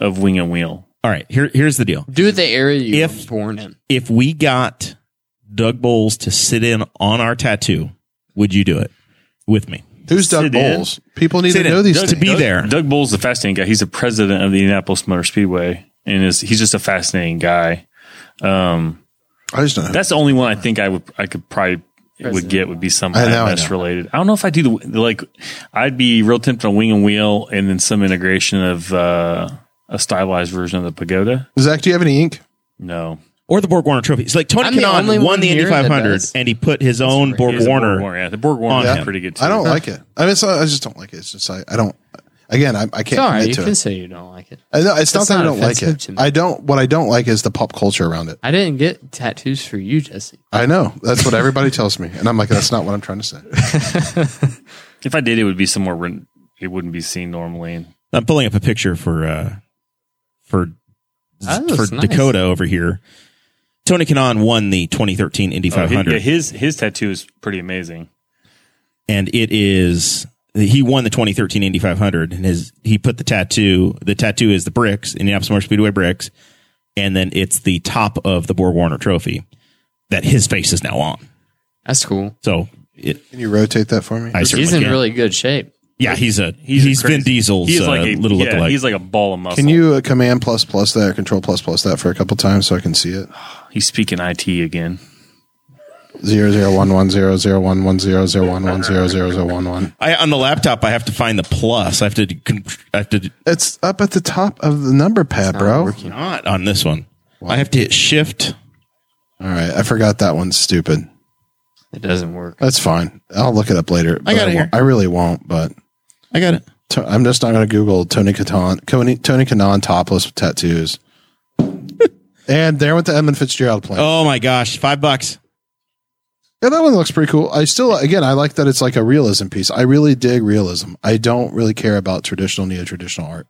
of wing and wheel.
All right, here here's the deal.
Do the area you
If-
were born in.
If we got Doug Bowles to sit in on our tattoo, would you do it with me?
Who's Doug
Sit in.
Bowles? People need
Sit
to
in.
know these
Doug- to
things.
be there.
Doug Bull's the fascinating guy. He's the president of the Indianapolis Motor Speedway, and is he's just a fascinating guy. Um,
I just don't know.
that's the only one I think I would I could probably would
President.
get would be some
I know, I
IMS
know.
related. I don't know if I do the like. I'd be real tempted on wing and wheel, and then some integration of uh, a stylized version of the pagoda.
Zach, do you have any ink?
No,
Or the Borg Warner Trophy? It's like Tony
I'm the
Kanon
only
won
one
the Indy
here that
500,
does.
and he put his own Borg
He's a
Warner.
Warner, yeah, the Borg Warner
On
is
him.
pretty good. Too.
I don't like it. I mean, it's not, I just don't like it. It's just I, I don't. Again, I, I can't
Sorry,
commit
you
to
can
it.
say you don't like it.
I know, it's not
that's
that I
not
don't like
offensive
it.
to me.
I don't. What I don't like is the pop culture around it.
I didn't get tattoos for you, Jesse.
I know that's what everybody tells me, and I'm like, that's not what I'm trying to say.
If I did, it would be somewhere where it wouldn't be seen normally. And
I'm pulling up a picture for uh for
That
for
looks nice.
Dakota over here. Tony Kanon won the 2013 Indy
Oh, hi-
500,
yeah, his his tattoo is pretty amazing.
and it is he won the 2013 Indy 500, and his he put the tattoo. The tattoo is the bricks, Indianapolis Motor Speedway bricks, and then it's the top of the Borg Warner Trophy that his face is now on.
That's cool.
So it,
Can you rotate that for me?
I certainly
He's in
can.
really good shape.
yeah, he's a he's,
He's, a
Vin
crazy-
Diesel's
He's
uh,
like a
little
yeah,
lookalike.
He's like a ball of muscle.
Can you uh, command plus plus that, or control plus plus that for a couple times so I can see it?
He's speaking IT again.
Zero zero one one zero zero one one zero zero one one zero zero zero one one.
I, on the laptop, I have to find the plus. I have to con- I have to
It's up at the top of the number pad, bro. All
not on this one. I have to hit shift.
right, I forgot that one's stupid.
It doesn't work.
That's fine. I'll look it up later. but
got it
I, won't- I really won't, but
I got it.
to, I'm just not going to Google Tony Katon, Tony, Tony Kanon topless with tattoos. *laughs* and there went the Edmund Fitzgerald plan.
Oh my gosh, five bucks.
Yeah, that one looks pretty cool. I still, again, I like that it's like a realism piece. I really dig realism. I don't really care about traditional neo traditional art.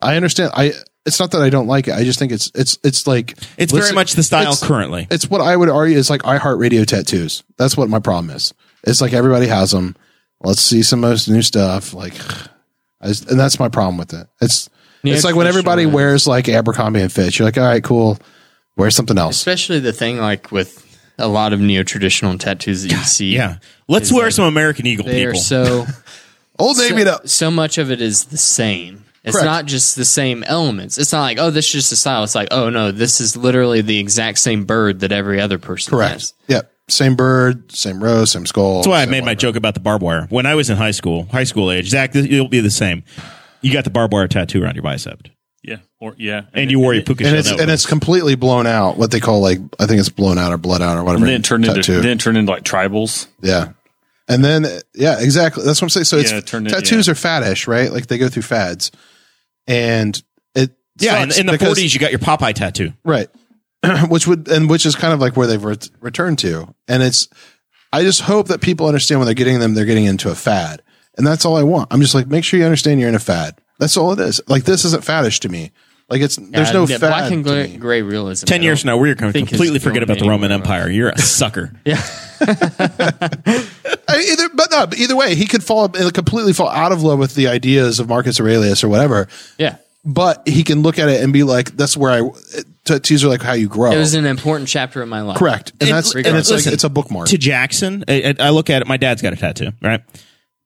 I understand. I it's not that I don't like it. I just think it's it's it's like
It's very
listen-
much the style
it's-
currently.
It's what I would argue is like iHeartRadio tattoos. That's what my problem is. It's like everybody has them. Let's see some most new stuff. Like, I just- and that's my problem with it. It's it's like when everybody wears like Abercrombie and Fitch. You're like, all right, cool. Wear something else.
Especially the thing like with a lot of neo traditional tattoos that you see.
Yeah, let's wear some American Eagle
They are
people.
*laughs*
so
Old Navy
so,
up.
so much of it is the same. It's
Correct.
not just the same elements. It's not like, oh, this is just a style. It's like, oh no, this is literally the exact same bird that every other person has.
Yep. Same bird, same row, same skull.
That's why I made my joke about the barbed wire. When I was in high school, high school age, Zach, this, it'll be the same. You got the barbed wire tattoo around your bicep,
Yeah, or yeah,
and you wore your puka shell.
And it's
that
and
way.
it's completely blown out. What they call like I think it's blown out or blood out or whatever.
And then it turned
tattoo.
into then it turned into like tribals.
yeah. And then yeah, exactly. That's what I'm saying. So it's
Yeah, it turned it-
tattoos
yeah.
are faddish, right? Like they go through fads, and it
yeah. In,
sucks
in the
because-
forties, you got your Popeye tattoo.
right? *clears throat* which would and which is kind of like where they've ret- returned to. And it's I just hope that people understand when they're getting them, they're getting into a fad, and that's all I want. I'm just like make sure you understand you're in a fad. That's all it is. Like this isn't faddish to me. Like it's there's
Yeah,
no
the
fad.
black and
to
gray,
me.
gray realism.
Ten
I
years
don't- *laughs*
from now, we're going to
think it's
completely forget
going
about the Roman
anywhere else.
Empire. You're a *laughs* sucker.
I- either, but no, but either way, he could fall it'll completely fall out of love with the ideas of Marcus Aurelius or whatever.
Yeah.
But he can look at it and be like, "That's where I." Tattoos are like how you grow.
It was an important chapter in my life.
Correct, and, that's
and
and it's
listen,
like it's a bookmark.
to Jackson, I, I I look at it. My dad's got a tattoo, right?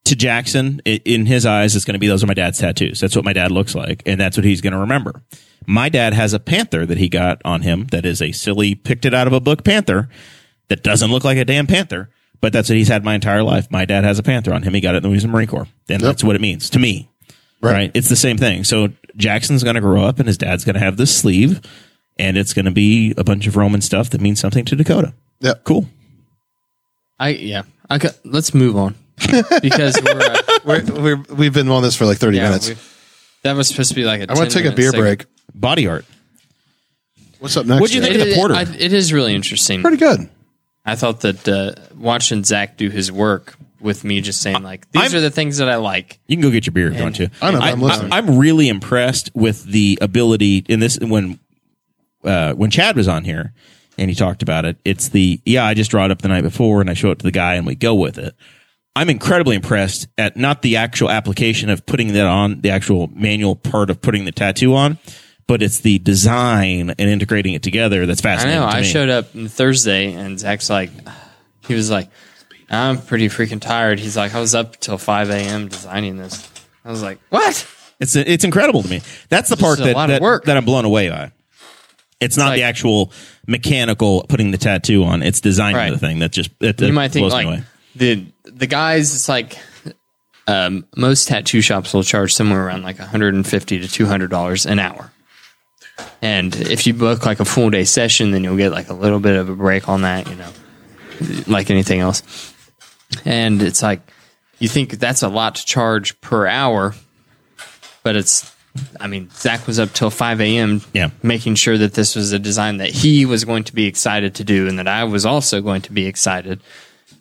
To Jackson, i in his eyes, it's going to be those are my dad's tattoos. That's what my dad looks like, and that's what he's going to remember. My dad has a panther that he got on him that is a silly, picked it out of a book panther that doesn't look like a damn panther, but that's what he's had my entire life. My dad has a panther on him. He got it in the Louisiana Marine Corps, and that's what it means to me. Right. It's the same thing. So Jackson's going to grow up, and his dad's going to have this sleeve, and it's going to be a bunch of Roman stuff that means something to Dakota.
Yeah.
Cool.
I yeah. I got, let's move
*laughs*
on because we're, uh,
We're, we're, we've been on this for like thirty
yeah,
minutes.
we- that was supposed to be like a.
I want to take a beer break.
Body art.
What's up next?
What'd you
Jay?
think of the porter?
I, it is really interesting.
Pretty good.
I thought that uh, watching Zach do his work with me, just saying like these
I'm-
are the things that I like.
You can go get your beer if you want to.
I know, but I'm listening.
I'm really impressed with the ability in this when uh, when Chad was on here and he talked about it. It's the yeah, I just draw it up the night before and I show it to the guy and we go with it. I'm incredibly impressed at not the actual application of putting that on the actual manual part of putting the tattoo on, but it's the design and integrating it together that's
I
fascinating.
know.
to
I
me.
showed up on Thursday, and Zach's like, he was like, I'm pretty freaking tired. He's like, I was up till five a.m. designing this. I was like, what?
It's it's incredible to me. That's the part
is a
that
lot of
that,
work.
that I'm blown away by. It's not
like-
the actual mechanical putting the tattoo on. It's designing
Right.
the thing that just that, that
you might think
blows me
like
away.
the the guys it's like um, most tattoo shops will charge somewhere around like 150 to 200 dollars an hour and if you book like a full day session then you'll get like a little bit of a break on that you know like anything else and it's like you think that's a lot to charge per hour But it's, I mean, Zach was up till 5 a.m.
Yeah.
making sure that this was a design that he was going to be excited to do and that I was also going to be excited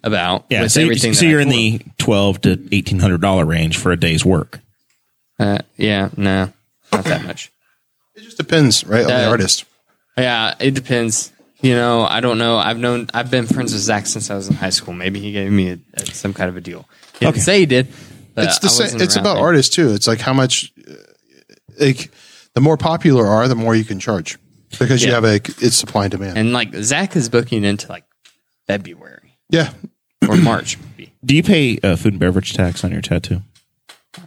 about.
Yeah,
with
so, you,
everything
so
that I
you're in
told
the twelve to eighteen hundred dollar range for a day's work.
him. Uh, yeah, no, not that much.
It just depends, right, on
That-
the artist.
Yeah, it depends. You know, I don't know. I've known I've been friends with Zach since I was in high school. Maybe he gave me a, a- some kind of a deal. He didn't
Okay.
say he did. But
It's the
I
same.
wasn't
It's
around
about
then.
artists too. It's like how much, uh, like the more popular are, the more you can charge because you have a it's supply and demand.
And like Zach is booking into like February
yeah,
or March. Maybe.
Do you pay uh, food and beverage tax on your tattoo?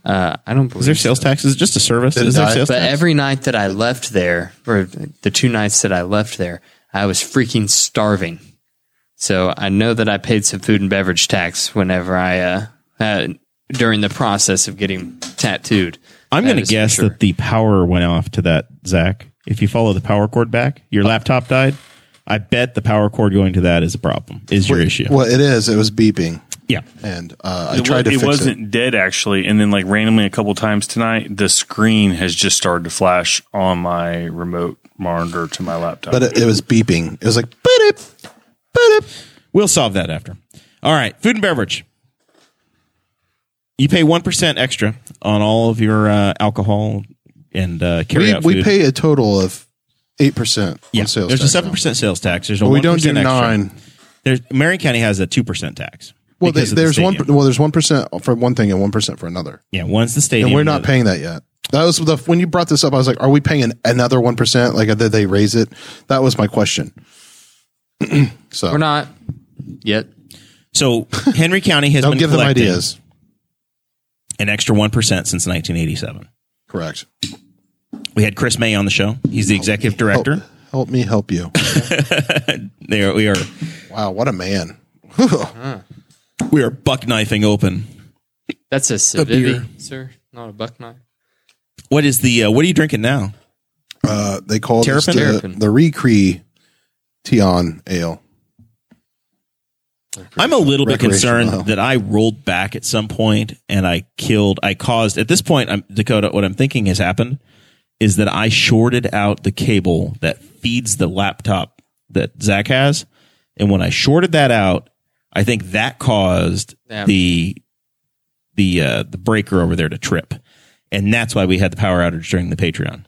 Uh, I don't believe
Is there sales tax? Is it just a service?
Didn't
Is there
I?
sales
But
tax?
every night that I left there, or the two nights that I left there, I was freaking starving. So I know that I paid some food and beverage tax whenever I uh, uh during the process of getting tattooed.
I'm
That
going to
is for
guess
sure.
that the power went off to that, Zach. If you follow the power cord back,
Uh,
your laptop died. I bet the power cord going to that is a problem, is your issue.
well, it is. It was beeping,
Yeah.
and uh, I
It,
tried to
was,
fix
it wasn't dead actually, and then like randomly a couple times tonight, the screen has just started to flash on my remote monitor to my laptop.
but it, it was beeping. It was like boop, boop.
We'll solve that after. All right. Food and beverage. You pay 1% extra on all of your uh, alcohol and uh, carry
We
out
we
food.
pay a total of eight percent
yeah,
on sales.
There's
tax
a 7%
now.
sales tax. There's a
But
1%
we don't do
extra.
nine.
There's, Marion County has a 2% tax.
Well, they,
because of the
there's one.
stadium.
Well, there's one percent for one thing and one percent for another,
Yeah, one's the stadium.
and we're not
the-
paying that yet. That was the when you brought this up. I was like, "Are we paying another one percent? Like, did they raise it?" That was my question. *clears throat* so
We're not yet.
So Henry County has
don't
been
give them
collecting
ideas.
an extra 1% since 1987.
Correct.
We had Chris May on the show. He's the
Oh.
executive director.
Help, help me help you.
They are, we are
wow, what a man. *laughs*
we are buck knifing open.
That's a
beer.
Civivi, sir, not a buck knife.
What is the uh, what are you drinking now?
Uh, they call this
Terrapin?
the,
Terrapin.
the Recree Tion Ale.
I'm a little bit
Recreational.
concerned that I rolled back at some point and I killed. I caused at this point. I'm, Dakota, what I'm thinking has happened is that I shorted out the cable that feeds the laptop that Zach has, and when I shorted that out, I think that caused
Yeah.
the the uh, the breaker over there to trip, and that's why we had the power outage during the Patreon.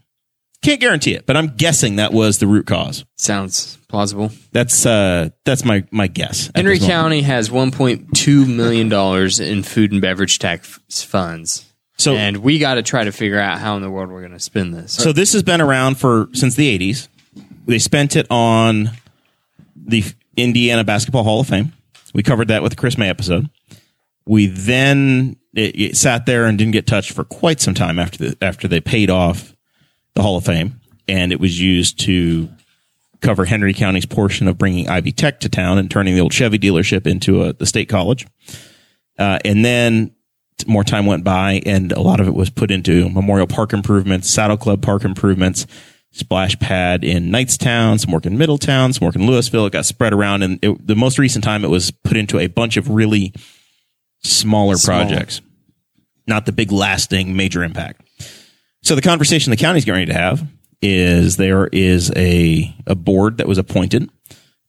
Can't guarantee it, but I'm guessing that was the root cause.
Sounds plausible.
That's uh that's my my guess. at
Henry
this moment.
County has 1.2 million dollars in food and beverage tax funds,
So
and we got to try to figure out how in the world we're going to spend this.
So this has been around for since the 80s. They spent it on the Indiana Basketball Hall of Fame. We covered that with the Chris May episode. We then it, it sat there and didn't get touched for quite some time after the, after they paid off the Hall of Fame, and it was used to cover Henry County's portion of bringing Ivy Tech to town and turning the old Chevy dealership into a, the state college. Uh, and then t- more time went by, and a lot of it was put into Memorial Park improvements, Saddle Club Park improvements, splash pad in Knightstown, some work in Middletown, some work in Louisville. It got spread around, and it, the most recent time it was put into a bunch of really smaller projects, not the big lasting major impact. So the conversation the county's getting ready to have is there is a a board that was appointed.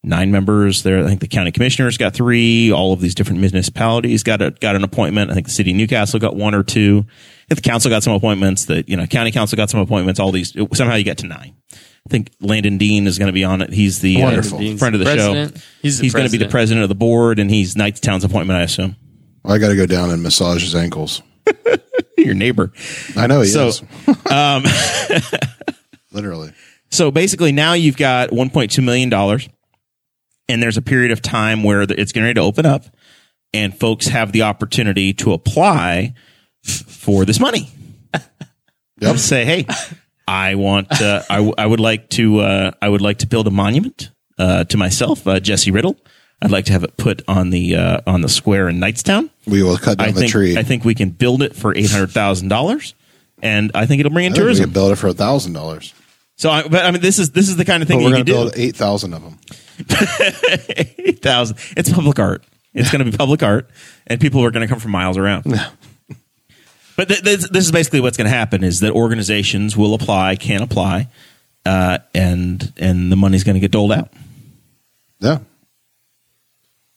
Nine members there. I think the county commissioners got three. All of these different municipalities got a, got an appointment. I think the city of Newcastle got one or two. I think the council got some appointments. The you know county council got some appointments. All these it- somehow you get to nine. I think Landon Dean is going to be on it. He's the uh,
Wonderful.
Dean's
friend of the
president.
show.
He's the
he's going to be the
president.
president of the board, and he's Knightstown's appointment, I assume.
I got to go down and massage his ankles.
Your neighbor.
I know he
So- um, *laughs*
is. Literally.
So basically, now you've got 1.2 million dollars, and there's a period of time where the- it's getting ready to open up, and folks have the opportunity to apply for this money. *laughs*
Yep.
Say, hey, I want, uh, I, w- I would like to, uh, I would like to build a monument uh, to myself, uh, Jesse Riddle. I'd like to have it put on the uh, on the square in Knightstown.
We will cut down
I
the
think
tree.
I think we can build it for eight hundred thousand dollars, and I think it'll bring in
I think we
tourism.
can build it for a thousand dollars.
So, I, but I mean, this is this is the kind of thing
But
you
we're
can
going to
do. *laughs*
build eight thousand of them.
eight thousand. It's public art. It's going to be public art, and people are going to come from miles around. But th- this, this is basically what's going to happen: is that organizations will apply, can apply, uh, and and the money's going to get doled out.
Yeah.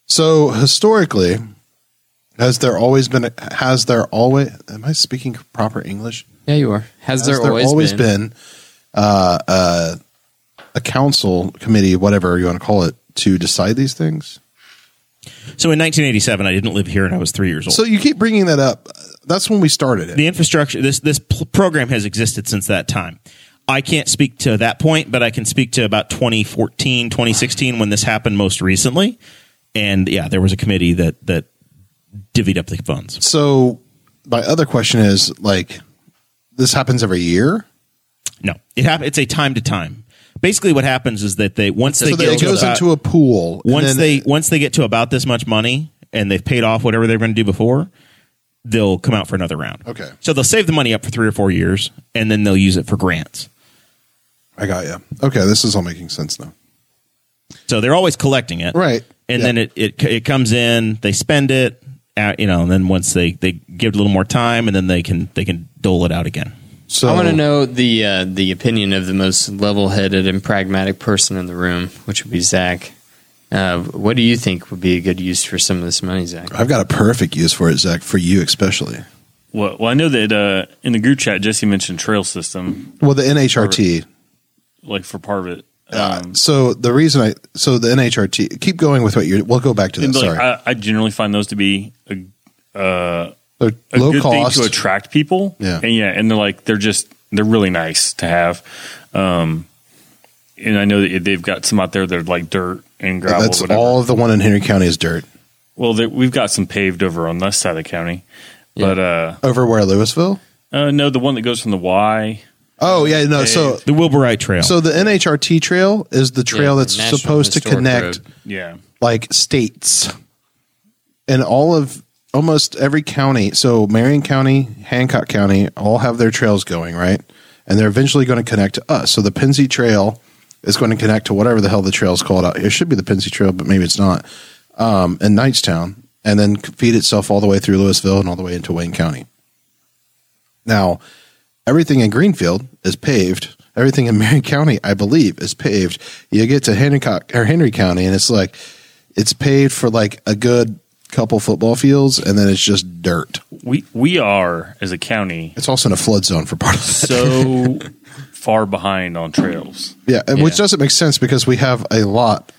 So historically, has there always been? Has there always? Am I speaking proper English?
Yeah, you are. Has,
Has
there, always, been?
been, uh, uh, a council committee, whatever you want to call it, to decide these things?
So in 1987, I didn't live here, and I was three years old.
So you keep bringing that up. That's when we started it.
the infrastructure this this pl- program has existed since that time i can't speak to that point but i can speak to about 2014 2016 when this happened most recently and yeah there was a committee that that divvied up the funds
so my other question is like, this happens every year.
no it hap- it's a time to time basically what happens is that they once they
so
get
that it goes
to about,
into a pool. and
once
then-
they once they get to about this much money and they've paid off whatever they're going to do before they'll come out for another round
Okay.
so they'll save the money up for three or four years and then they'll use it for grants
I got you. Okay, this is all making sense now.
So they're always collecting it,
Right.
And
Yeah.
then it, it it comes in, they spend it, uh, you know, and then once they they give it a little more time, and then they can they can dole it out again.
So
I want to know the uh, the opinion of the most level headed and pragmatic person in the room, which would be Zach. Uh, what do you think would be a good use for some of this money, Zach?
I've got a perfect use for it, Zach, for you especially.
Well, well I know that uh, in the group chat, Jesse mentioned trail system,
Well, the NHRT.
like for part of it.
Uh, so the reason I so the NHRT keep going with what you're. We'll go back to
And,
this.
like,
Sorry,
I, I generally find those to be a,
They're
a
low
good
cost.
thing to attract people.
Yeah.
and yeah, and they're like they're just they're really nice to have. Um, and I know that they've got some out there that are like dirt and gravel.
That's
whatever.
all the one in Henry County is dirt
Well, there, we've got some paved over on this side of the county, but uh,
over where Louisville.
uh, no, the one that goes from the Y.
Oh yeah, no. So
The Wilburite Trail.
so the NHRT trail is the trail
Yeah,
that's
National
supposed to
Historic
connect
Road.
Yeah,
like states and all of almost every county so marion county hancock county all have their trails going right and they're eventually going to connect to us so the pinsey trail is going to connect to whatever the hell the trail's called out it should be the pinsey trail but maybe it's not um, in knightstown and then feed itself all the way through louisville and all the way into wayne county now everything in Greenfield is paved. Everything in Marion County, I believe, is paved. You get to Hancock or Henry County, and it's like it's paved for like a good couple football fields, and then it's just dirt.
we we are as a county
It's also in a flood zone for part of that. *laughs*
so far behind on trails.
Yeah, and which
Yeah.
doesn't make sense because we have a lot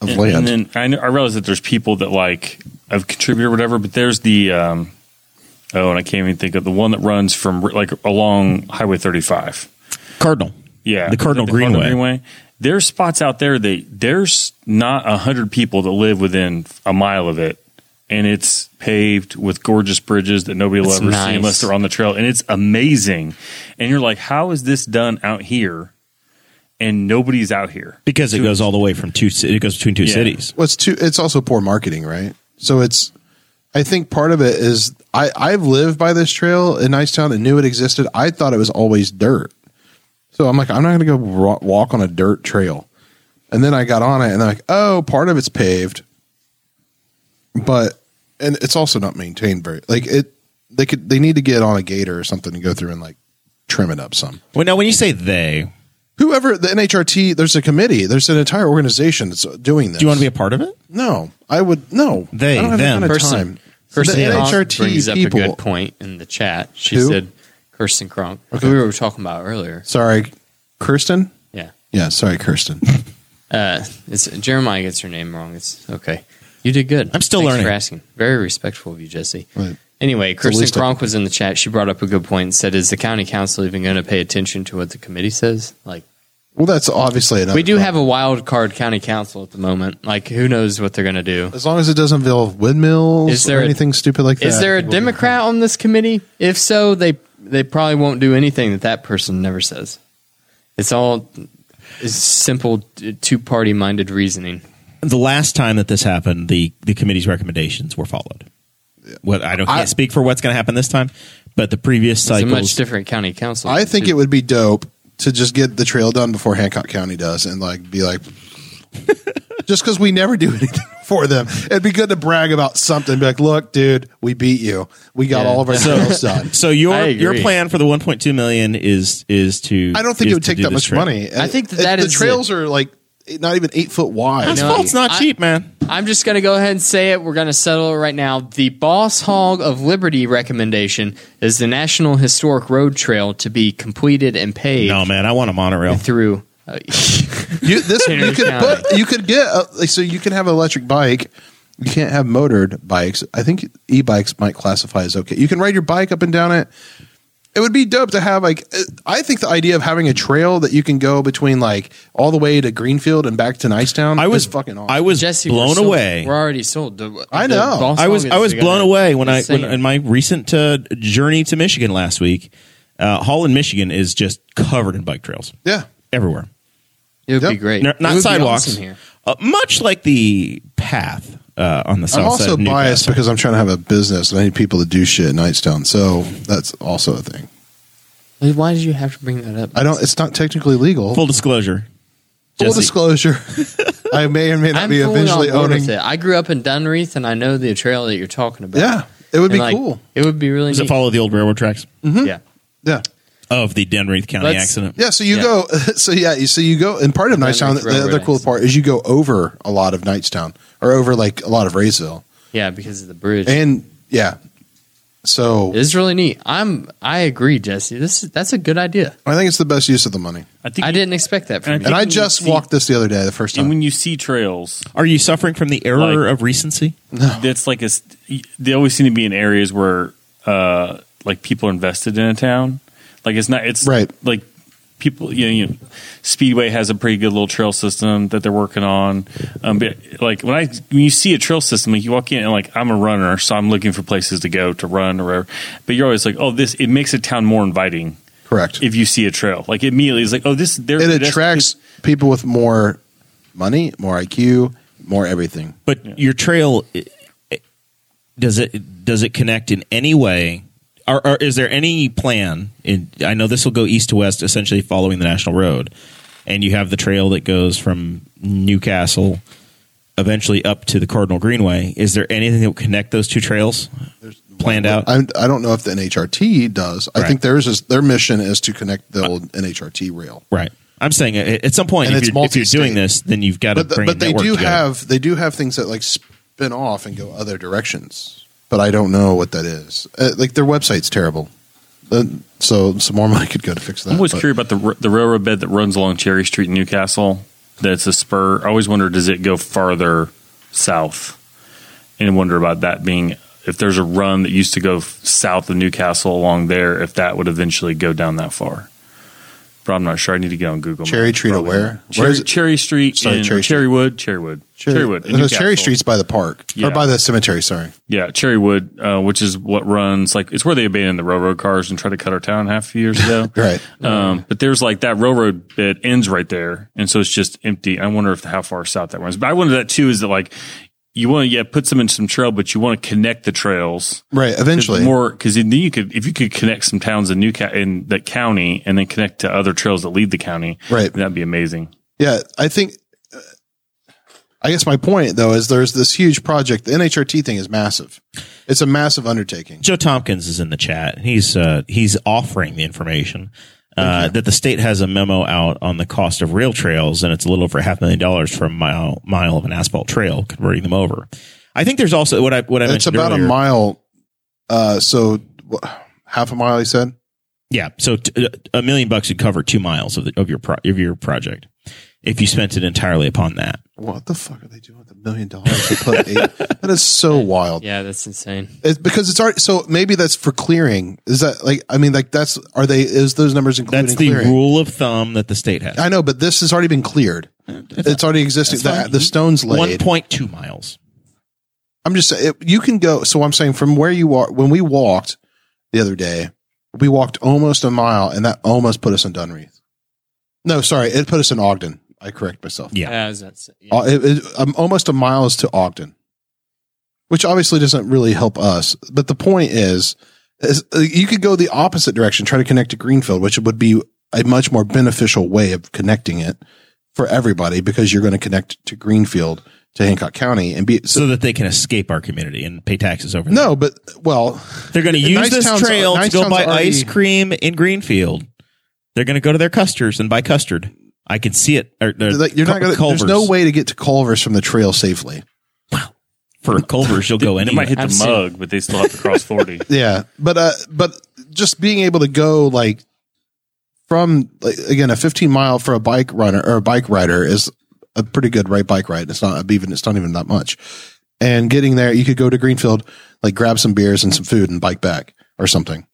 of
And,
land.
and then I, know, I realize that there's people that like have contributed or whatever, but there's the um, oh, and I can't even think of the one that runs from like along Highway 35.
Cardinal.
Yeah,
The Cardinal Greenway.
There's spots out there that there's not a hundred people that live within a mile of it, and it's paved with gorgeous bridges that nobody will
That's
ever see
nice.
unless they're on the trail, and it's amazing. And you're like, how is this done out here, and nobody's out here?
because it goes all the way from two. ci- It goes between two
Yeah.
cities.
Well, it's too. It's also poor marketing, right? So it's. I think part of it is I I've lived by this trail in Nicetown and knew it existed. I thought it was always dirt, so I'm like I'm not going to go ro- walk on a dirt trail. And then I got on it and like oh, part of it's paved, but and it's also not maintained very like it. They could they need to get on a gator or something and go through and like trim it up some
Well, now when you say they,
whoever the NHRT, there's a committee, there's an entire organization that's doing this.
do you want to be a part of it?
No, I would no.
They,
I don't have
them.
that kind of
Person-
time.
Kirsten
the
Gronk brings
NHRT
up
people.
a good point in the chat. She
Who?
said, "Kirsten Gronk." who We were talking about earlier.
Sorry, Kirsten.
Yeah,
Yeah, sorry, Kirsten. *laughs*
uh, it's Jeremiah gets her name wrong. It's okay. You did good.
I'm still
Thanks
learning.
For asking, very respectful of you, Jesse.
Right.
Anyway,
the
Kirsten
least I
Gronk was in the chat. She brought up a good point and said, "Is the county council even going to pay attention to what the committee says?" Like.
well, that's obviously another.
We do
problem.
have a wild card county council at the moment. Like, who knows what they're going to do?
as long as it doesn't involve windmills
Is there
or
a-
anything stupid like that.
Is there a
people-
Democrat on this committee? If so, they they probably won't do anything that that person never says. It's all is simple two party minded reasoning.
The last time that this happened, the the committee's recommendations were followed. What I don't can't
I-
speak for what's going to happen this time, but the previous
It's a much
cycles.
different county council.
I think it would be dope to just get *laughs* the trail done before Hancock County does, and like be like, just because we never do *laughs* anything for them. It'd be good to brag about something. Be like, look, dude, we beat you. We got all of our sales
*laughs*
done.
So your
I agree.
your plan for the 1.2 million is is to.
I don't think
is
it would
to
take
do
that
this
much
trail.
money.
I think that
It-
that
the
is
trails are like not even eight foot wide.
Asphalt's not
I-
cheap, man.
I'm just going to go ahead and say it. We're going to settle it right now. The Boss Hog of Liberty recommendation is the National Historic Road Trail to be completed and paved
No, man. I want a monorail.
through. Uh,
You, this you
Henry
could
County.
put, you could get a, like, so you can have electric bike. You can't have motored bikes. I think e-bikes might classify as okay. You can ride your bike up and down it. It would be dope to have like uh, I think the idea of having a trail that you can go between like all the way to Greenfield and back to Nicetown.
I was
is fucking awesome.
I was
Jesse, we're
blown
sold.
away.
We're already sold. The-
I
the
know.
Boss
I was
Hog
I
is
was
the
blown
guy.
away when I
Insane.
when, in my recent uh, journey to Michigan last week. Uh, Holland, Michigan is just covered in bike trails
yeah.
everywhere.
it would be
Yep.
great.
No-
It would
not
be
sidewalks.
awesome here.
Uh, much like the path uh, on the south
I'm
side.
also
of Newcastle.
biased because I'm trying to have a business and I need people to do shit in Knightstown. So that's also a thing.
Why did you have to bring that up?
I don't. It's not technically legal.
Full disclosure.
Full
Jesse. *laughs*
disclosure, I may or may not
I'm
be
fully
eventually
on board
owning.
with it. I grew up in Dunreath, and I know the trail that you're talking about.
Yeah, it would
And,
be
like,
cool.
It would be really
Does it
neat.
follow the old railroad tracks
Yeah.
Yeah.
of the Denreath County
Let's-
accident?
Yeah, so you
Yeah.
go. *laughs* So yeah, you- so you go, and part of
Down
Knightstown.
the
The other
railroad
cool
access.
part is you go over a lot of Knightstown, or over like a lot of Raysville,
Yeah, because of the bridge.
and yeah. So
It is really neat. I'm I agree, Jesse. This is, that's a good idea.
I think it's the best use of the money.
I think
I didn't expect that from
And
you.
I
And I
when you
just
see-
walked this the other day, the first
And
time.
when you see trails,
Are you suffering from the error
Like-
of recency?
that's like a. s- They always seem to be in areas where uh, like people are invested in a town. Like it's not. It's
Right.
Like people, you know, you know, Speedway has a pretty good little trail system that they're working on. Um, but like when I when you see a trail system, like you walk in and like I'm a runner, so I'm looking for places to go to run or whatever. But you're always like, oh, this it makes a town more inviting
Correct.
if you see a trail. Like immediately, it's like, oh, this there
It
that's-
attracts people with more money, more IQ, more everything.
But your trail i- i- does it does it connect in any way? Or, or is there any plan? In I know this will go east to west, essentially following the national road, and you have the trail that goes from Newcastle, eventually up to the Cardinal Greenway. Is there anything that will connect those two trails planned out?
I, I don't know if the NHRT does. I
Right.
think theirs is their mission is to connect the old NHRT rail.
right. I'm saying uh, at at some point,
And
if
it's
you're, if you're
multi-state.
doing this, then you've got to
but the-
bring.
but
a
they
network
do
together.
have they do have things that like spin off and go other directions. But I don't know what that is. Uh, like their website's terrible. Uh, so some more *laughs* money could go to fix that.
I'm always
but-
curious about the r- the railroad bed that runs along Cherry Street in Newcastle. That's a spur. I always wonder does it go farther south, and wonder about that being if there's a run that used to go f- south of Newcastle along there, if that would eventually go down that far. But I'm not sure. I need to get on Google.
Cherry
Maps,
Street to
probably.
where? Where
Cherry,
is it?
Cherry Street.
Sorry,
in-
Cherry Street.
Cherrywood. Cherrywood. Cherrywood. in
No, Cherry
Newcastle.
Street's by the park
Yeah.
or by the cemetery. Sorry,
Yeah, Cherrywood, uh, which is what runs like it's where they abandoned the railroad cars and tried to cut our town in half a few years ago.
*laughs* Right.
Um, but there's like that railroad bit ends right there, and so it's just empty. I wonder if how far south that runs. But I wonder that too. Is that like you want to yeah put some in some trail, but you want to connect the trails
right.
There's
Eventually,
more because then you could if you could connect some towns in new in that county and then connect to other trails that lead the county.
Right.
That'd be amazing.
Yeah, I think. uh, I guess my point though is there's this huge project. The NHRT thing is massive. It's a massive undertaking.
Joe Tompkins is in the chat. He's uh, he's offering the information uh, that the state has a memo out on the cost of rail trails, and it's a little over half million dollars for a mile mile of an asphalt trail, converting them over. I think there's also what I what I
It's
mentioned
about
earlier-
a mile. Uh, so wh- half a mile. He said.
Yeah, so t- uh, a million bucks would cover two miles of the, of your pro- of your project if you spent it entirely upon that.
What the fuck are they doing with a million dollars? They put eight.
*laughs*
That is so wild.
Yeah, that's insane.
It's because it's already so maybe that's for clearing. Is that like I mean like that's are they is those numbers including
That's the
clearing?
rule of thumb that the state has.
I know, but this has already been cleared. It's already existing. The, the stones
One
laid.
point two miles.
I'm just saying it- you can go. So I'm saying from where you are when we walked the other day, we walked almost a mile, and that almost put us in Dunreath. No, sorry, it put us in Ogden. I correct myself.
Yeah.
Yeah, that's,
Uh, it, it, um, almost a mile is to Ogden, which obviously doesn't really help us. But the point is, is uh, you could go the opposite direction, try to connect to Greenfield, which would be a much more beneficial way of connecting it for everybody because you're going to connect to Greenfield to Hancock County and be so,
so that they can escape our community and pay taxes over.
no, but well,
there. they're going to use
Nice
this
Town's-
trail
Nice
to go
Town's
buy
already-
ice cream in Greenfield. They're going to go to their custers and buy custard. I can see it. Or, their
like, you're
Cul-
not gonna, there's
Culver's.
no way to get to Culver's from the trail safely.
for Culver's. You'll
*laughs*
go
They
Oh, anyway.
might hit the
Absolutely.
mug, but they still have to
*laughs*
cross 40.
Yeah, but uh, but just being able to go like from like, again a 15 mile for a bike runner or a bike rider is a pretty good right bike ride. It's not even it's not even that much. And getting there, you could go to Greenfield, like grab some beers and some food and bike back or something.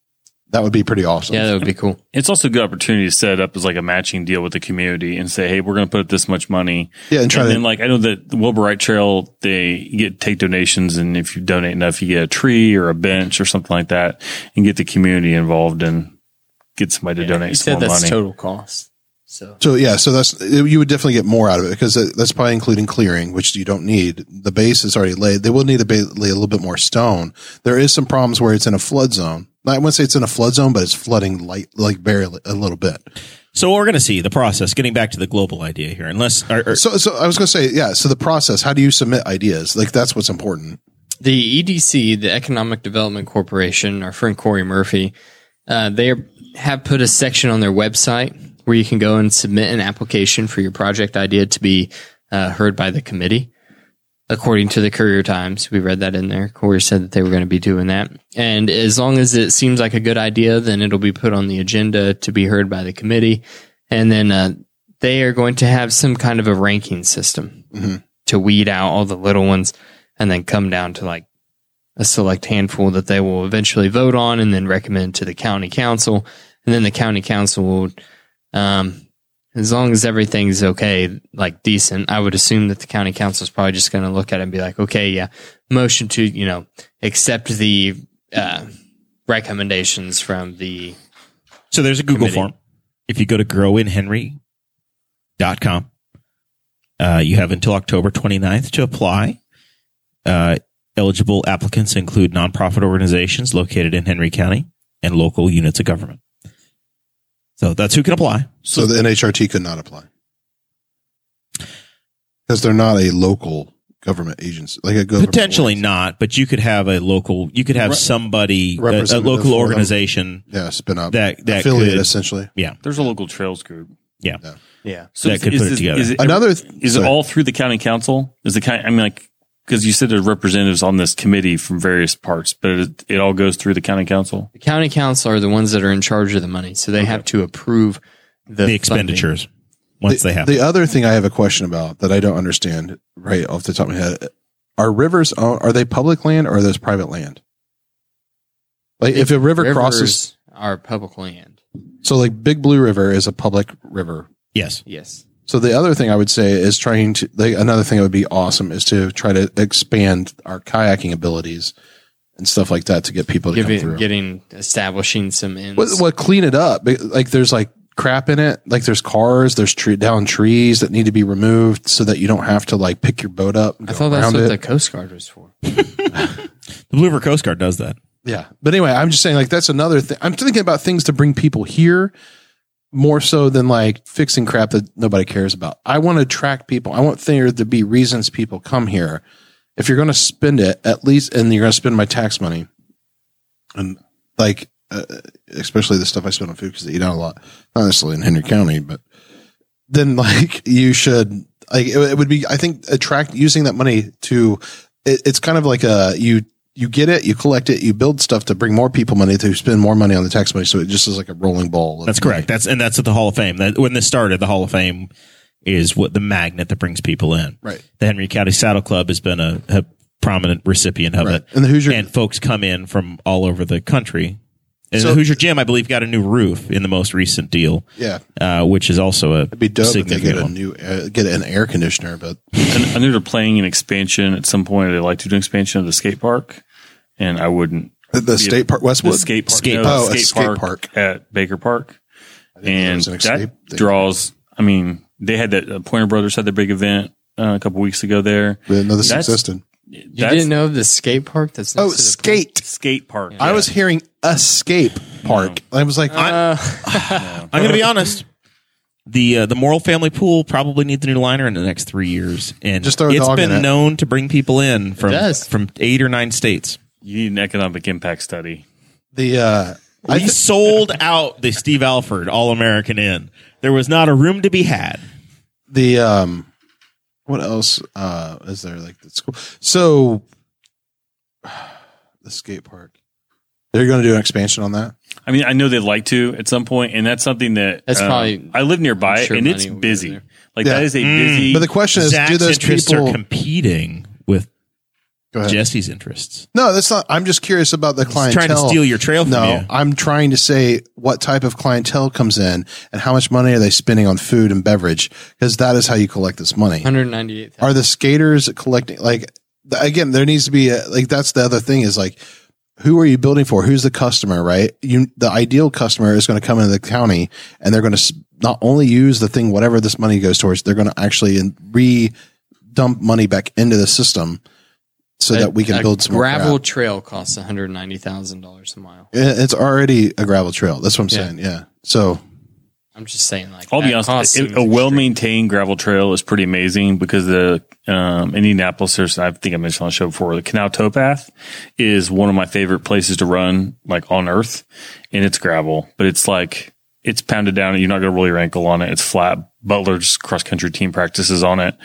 That would be pretty awesome.
Yeah, that would be cool.
It's also a good opportunity to set it up as like a matching deal with the community and say, hey, we're going to put this much money.
Yeah, and try
and
to-
then like I know that the Wilbur Wright Trail they get take donations, and if you donate enough, you get a tree or a bench or something like that, and get the community involved and get somebody to donate
You
some
said
more
that's
money.
total cost. So
So yeah, so that's you would definitely get more out of it because that- that's probably including clearing, which you don't need. The base is already laid. They will need to ba- lay a little bit more stone. There is some problems where it's in a flood zone. I wouldn't say it's in a flood zone, but it's flooding light like barely a little bit.
So we're going to see the process. Getting back to the global idea here, unless or, or-
So so I was gonna say yeah. So the process, how do you submit ideas? Like that's what's important.
the EDC, the Economic Development Corporation, our friend Corey Murphy, uh, they are, have put a section on their website where you can go and submit an application for your project idea to be uh, heard by the committee. According to the Courier Times, we read that in there. Courier said that they were going to be doing that. And as long as it seems like a good idea, then it'll be put on the agenda to be heard by the committee. And then uh, they are going to have some kind of a ranking system to weed out all the little ones and then come down to like a select handful that they will eventually vote on and then recommend to the county council. And then the county council will, um, as long as everything's okay, like decent, I would assume that the county council is probably just going to look at it and be like, okay, yeah, motion to, you know, accept the uh, recommendations from the
so there's a Google
Committee.
form. If you go to growinhenry.com, uh, you have until October 29th to apply. Uh, eligible applicants include nonprofit organizations located in Henry County and local units of government. So that's who can apply.
So the NHRT could not apply because they're not a local government agency, like a government
Potentially
organ-
not, but you could have a local. You could have somebody, a- a,
Representative for
local
them.
organization
Yeah, spin up
that that
affiliate
could,
essentially.
There's a local trails group.
yeah.
yeah
So
That
is-
could
is
put it
this-
together.
Is it,
Another th-
is it
sorry.
all through the county council? Is the county? I mean, like because you said there's representatives on this committee from various parts, but it, it all goes through the county council.
the county council are the ones that are in charge of the money, so they have to approve the,
the
funding.
expenditures once
the,
they have.
the other thing I have a question about that I don't understand right off the top of my head are rivers own, are they public land or are those private land? Like if a river
Rivers
crosses,
our public land.
so like Big Blue River is a public river.
yes,
Yes.
So the other thing I would say is trying to like another thing that would be awesome is to try to expand our kayaking abilities and stuff like that to get people to come
Giving,
through.
getting establishing some ends.
What, what clean it up? Be- Like there's like crap in it. Like there's cars, there's tree down trees that need to be removed so that you don't have to like pick your boat up. and
I
go
thought that's
around
what
it.
the Coast Guard was for.
the Blue River Coast Guard does that.
Yeah. But anyway, I'm just saying like that's another thing. I'm thinking about things to bring people here more so than like fixing crap that nobody cares about. I want to attract people. I want there to be reasons people come here. If you're going to spend it, at least, and you're going to spend my tax money, and like uh, especially the stuff I spend on food because they eat out a lot, not necessarily in Henry County, but then *laughs* like you should like it, it would be I think attract using that money to it, it's kind of like a you you get it you collect it you build stuff to bring more people money to spend more money on the tax money so it just is like a rolling ball. of
That's correct. That's and that's at the Hall of Fame. That when this started, the Hall of Fame is what the magnet that brings people in.
Right.
The Henry County Saddle Club has been a, a prominent recipient of
Right.
it,
And the Hoosier-
and folks come in from all over the country. And
So-
the Hoosier Gym, I believe, got a new roof in the most recent deal.
Yeah.
uh, which is also a
It'd be dope if they
significant
get a
one.
new uh, get an air conditioner, but
And I knew they're playing an expansion at some point. They like to do an expansion of the skate park, and I wouldn't
the, the state park Westwood
the skate park,
Skate
no,
park. Oh,
the
a
skate,
skate
park,
park.
at Baker Park,
there
and
was an escape
that
thing.
draws. I mean, they had that uh, Pointer Brothers had their big event uh, a couple weeks ago there.
We didn't know this
That's-
existed.
You didn't know of the skate park that's
Oh,
next to the-
skate!
skate park.
I was
Uh,
hearing escape park. I was like,
I'm going to be honest. The uh, the Morrill family pool probably needs a new liner in the next three years, and
Just throw a
it's
dog
been
in it.
known to bring people in from
does.
from eight or nine states.
You need an economic impact study.
The uh,
We sold out the Steve Alford All American Inn. There was not a room to be had.
the um, what else uh is there like that's cool? So *sighs* the skate park. They're going to do an expansion on that.
I mean, I know they'd like to at some point, and that's something that
That's
um,
probably-
I live nearby
I'm sure
and it's
money will be
busy.
there.
Like
Yeah.
that is a
Mm.
busy.
But the question is,
Zach's
do those
interests
people?
are competing with
go ahead.
Jesse's interests.
No, that's not. I'm just curious about the
He's
clientele.
trying to steal your trail from
No,
you.
*laughs* I'm trying to say what type of clientele comes in and how much money are they spending on food and beverage because that is how you collect this money.
198,000.
Are the skaters collecting like th- again? There needs to be a, like that's the other thing is like who are you building for? Who's the customer? Right? You the ideal customer is going to come into the county and they're going to not only use the thing whatever this money goes towards, they're going to actually in- re dump money back into the system so that we can
A
build some more crap.
gravel trail costs one hundred ninety thousand dollars a mile.
It- It's already a gravel trail. That's what I'm
Yeah.
saying. Yeah. So
I'm just saying, like
I'll be
that cost
honest.
seems
A, a
extreme.
well-maintained gravel trail is pretty amazing because the um, Indianapolis. There's, I think I mentioned on the show before, the Canal Towpath is one of my favorite places to run, like on Earth, and it's gravel, but it's like it's pounded down. and You're not going to roll your ankle on it. It's flat. Butler's cross-country team practices on it,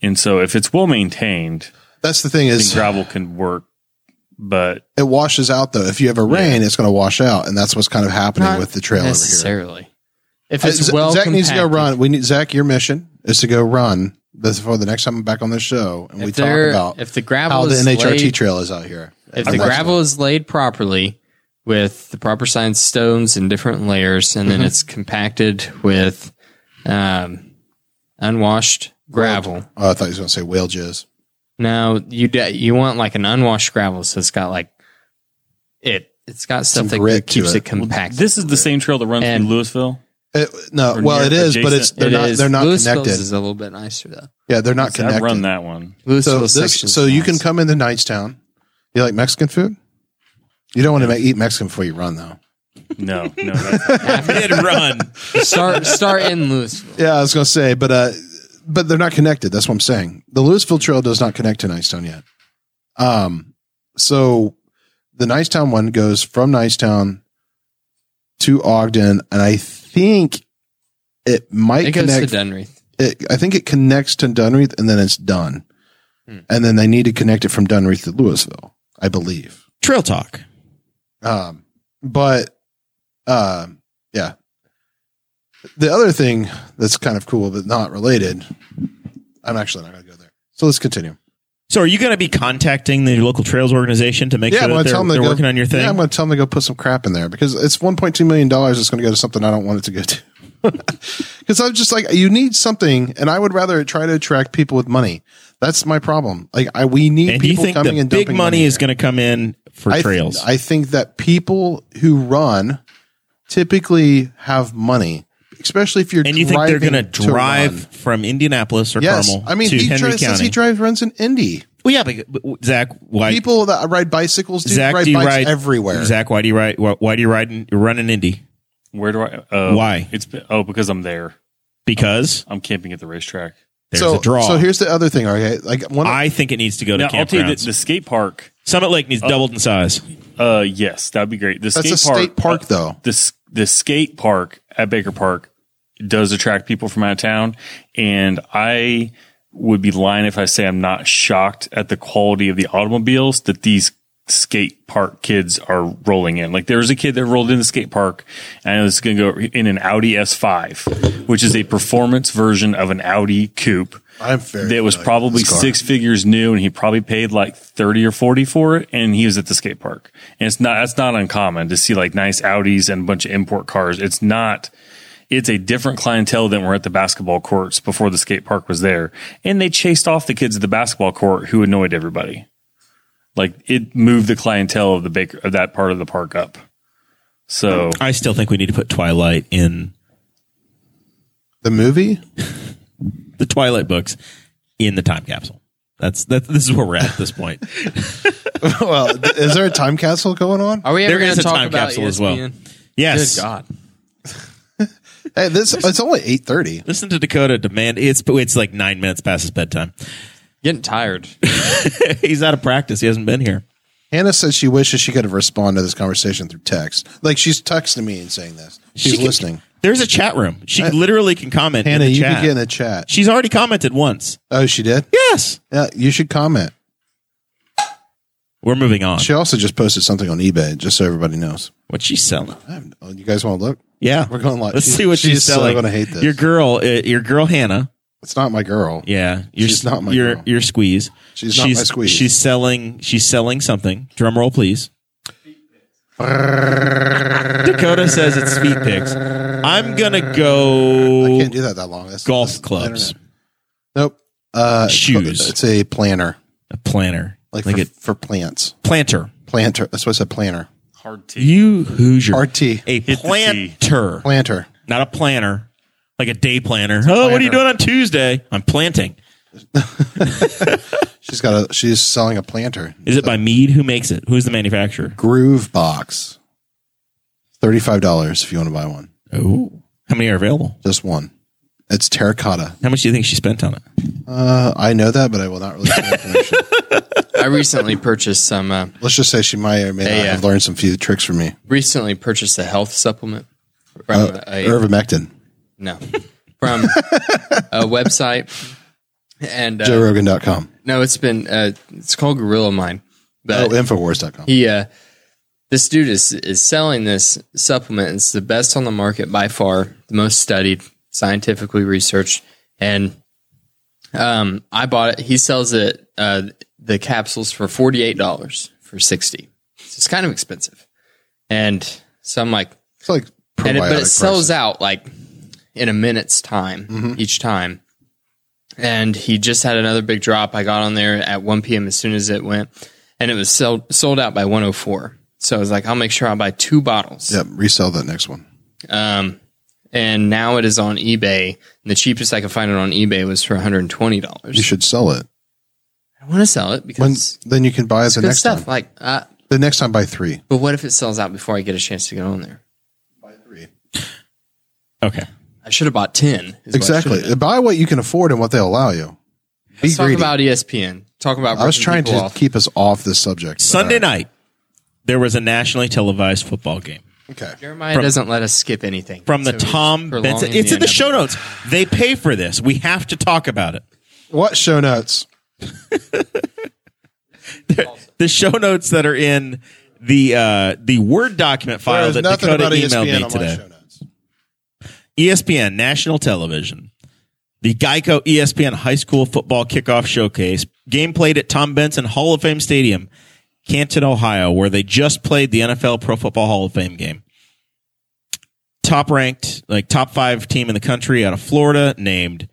and so if it's well-maintained,
that's the thing
then
is
gravel can work. But
it washes out though. If you have a rain, it's going to wash out, and that's what's kind of happening
Not
with the trail over here.
necessarily. If
Uh,
it's
Z-
well,
Zach needs to go
compacted.
run. We need Zach. Your mission is to go run this for the next time I'm back on this show, and
If
we talk
they're-
about
if the
how
gravel
the
is
NHRT
laid,
trail is out here.
if
I'm
the
not
gravel is laid properly with the proper size stones and different layers, and
Mm-hmm.
then it's compacted with um, unwashed gravel.
sure. Oh, I thought he was going to say whale jizz.
Now you d- you want like an unwashed gravel, so it's got like it. It's got stuff
Some
that
grit to
keeps
it.
it, compacted.
this is the same trail that runs
And-
through Louisville.
It, no,
Or
well,
near
it is, but it's
adjacent.
they're
It
not
is-
they're not
Louisville's
connected.
Is a little bit nicer though.
yeah, they're not
See, I
connected.
run that one.
So
Louisville
this,
section's
so you can
nice.
come into Knightstown. You like Mexican food? You don't want to ma- eat Mexican before you run though.
No, no, that's,
Mid run.
start start in Louisville.
Yeah, I was gonna say, but uh, but they're not connected. That's what I'm saying. The Louisville Trail does not connect to Nicetown yet. Um, so the Nicetown one goes from Nicetown to Ogden, and I think it might
It goes to
connect.
Dunreath.
It, I think it connects to Dunreath, and then it's done.
Hmm.
And then they need to connect it from Dunreath to Louisville, I believe.
Trail talk.
Um, but um, yeah, the other thing that's kind of cool but not related. I'm actually not going to go there. So let's continue.
So are you going to be contacting the local trails organization to make
Yeah,
sure
I'm gonna
that they're,
tell them to
they're
go-
working on your thing?
Yeah, I'm going to tell them to go put some crap in there because it's 1.2 million dollars. It's going to go to something I don't want it to go to. *laughs* Because I'm just like, you need something, and I would rather try to attract people with money. That's my problem. Like, I we need
and you
people
think
coming
the
and
big
dumping
money,
here.
is going to come in for
I th-
trails?
I think that people who run typically have money, especially if you're
and you think they're going to
driving
drive
run.
from Indianapolis or
yes,
Carmel
I mean
to
he
Henry
drives, says
County?
he drives runs in Indy.
well, yeah, but, but Zach, why?
People that ride bicycles do
Zach,
ride
do you
bikes
ride
everywhere.
Zach, why do you ride? Why, why do you ride? In, run in Indy?
where do I? Uh,
Why?
It's oh because I'm there.
Because
I'm camping at the racetrack.
there's
so
a draw.
so here's the other thing. Okay, like one.
I think it needs to go to
Now, I'll tell you,
campgrounds.
the, Oh. the skate park.
Summit Lake needs doubled in size.
Uh, yes, that'd be great. The
that's
skate
a
park,
state park,
uh,
though.
the s- the skate park at Baker Park does attract people from out of town, and I would be lying if I say I'm not shocked at the quality of the automobiles that these skate park kids are rolling in. Like there was a kid that rolled in the skate park, and it was going to go in an Audi S5, which is a performance version of an Audi coupe.
I'm very
That was
familiar with
probably
this car.
six figures new, and he probably paid like thirty or forty for it. And he was at the skate park, and it's not that's not uncommon to see like nice Audis and a bunch of import cars. It's not. It's a different clientele than were at the basketball courts before the skate park was there, and they chased off the kids at the basketball court who annoyed everybody. Like it moved the clientele of the baker of that part of the park up. So
I still think we need to put Twilight in
The movie. *laughs*
the Twilight books in the time capsule. That's that. This is where we're at at this
*laughs*
point.
well, th- is there a time capsule going on?
Are we ever
There
going
is
E
to
a
talk
time
about
capsule
ESPN?
as well. yes,
Good God.
Hey, this it's only eight thirty.
Listen to Dakota demand. It's it's like nine minutes past his bedtime. *laughs*
Getting tired.
He's out of practice. He hasn't been here.
Hannah said she wishes she could have responded to this conversation through text. Like she's texting me and saying this. She's
She can-
listening.
There's a chat room. She literally can comment.
Hannah,
in the
you
chat.
can get in the chat.
She's already commented once.
Oh, she did.
Yes.
Yeah, you should comment.
We're moving on.
She also just posted something on eBay, just so everybody knows.
What's she selling?
I have, oh, you guys want to look?
Yeah,
We're going live.
Let's
She's-
see what she's,
she's so
selling.
gonna hate this.
Your girl, uh, your girl Hannah.
It's not my girl.
Yeah, your,
She's not my
your
girl.
your squeeze.
She's not my squeeze.
She's selling. She's selling something. Drum roll, please. Dakota says it's feet pics. I'm gonna
I
go
can't do that that long. That's,
golf
that's
clubs,
internet. Nope. Uh, it's called-
Shoes.
It's a planner,
a planner,
like,
like,
for,
a
for plants.
planter.
Planter. That's what I said. Planner.
Hard T.
You Hoosier,
RT.
a
Hit the T.
planter,
Planter.
not a planner, like a day planner. Oh, what are you doing on Tuesday? I'm planting.
She's got a. She's selling a planter.
Is it by Mead? Who makes it? Who's the manufacturer?
Groove box. Thirty-five dollars if you want to buy one.
Oh, how many are available?
Just one. It's terracotta.
How much do you think she spent on it?
Uh, I know that, but I will not release that information.
I recently purchased some. Uh,
Let's just say she may or may not
Hey,
have
uh,
learned some few tricks from me.
recently purchased a health supplement from
Uh,
a
Ivermectin.
no from a website, and uh,
JoeRogan.com.
no, it's been uh, it's called Gorilla Mind,
Oh,
but
Infowars.com.
he uh, this dude is is selling this supplement. It's the best on the market by far, the most studied, scientifically researched, and um, I bought it. He sells it uh, the capsules for forty eight dollars for sixty. So it's kind of expensive, and so I'm like,
It's like probiotic.
and it, but it sells
prices.
out like in a minute's time
Mm-hmm.
each time. And he just had another big drop. I got on there at 1 p.m. as soon as it went, and it was sold sold out by 104. So I was like, I'll make sure I buy two bottles.
Yep, resell that next one.
Um, and now it is on eBay. And the cheapest I could find it on eBay was for 120. dollars
You should sell it.
I want to sell it
When
because
then you can buy it the
good
next
stuff.
time.
Like, uh,
The next time buy three.
but what if it sells out before I get a chance to get on there?
Buy three.
Okay.
I should have bought ten. is what I
Exactly.
should've done.
buy what you can afford and what they'll allow you. Be
Let's talk
greedy.
about E ESPN. Talk about.
I was
ripping
trying to
people off.
keep us off this subject. but,
Sunday
uh,
night, there was a nationally televised football game
Okay.
Jeremiah doesn't let us skip anything
from the
So
Tom
it's prolonging
Benson. It's in the show
inevitable.
notes. They pay for this. We have to talk about it.
What show notes?
The show notes that are in the uh, the Word document file
There's
that
nothing
Dakota
about E
emailed
ESPN
me
on my
today.
show notes.
E ESPN National Television, the Geico E ESPN High School Football Kickoff Showcase, game played at Tom Benson Hall of Fame Stadium, Canton, Ohio, where they just played the NFL Pro Football Hall of Fame game. Top ranked, like top five team in the country out of Florida, named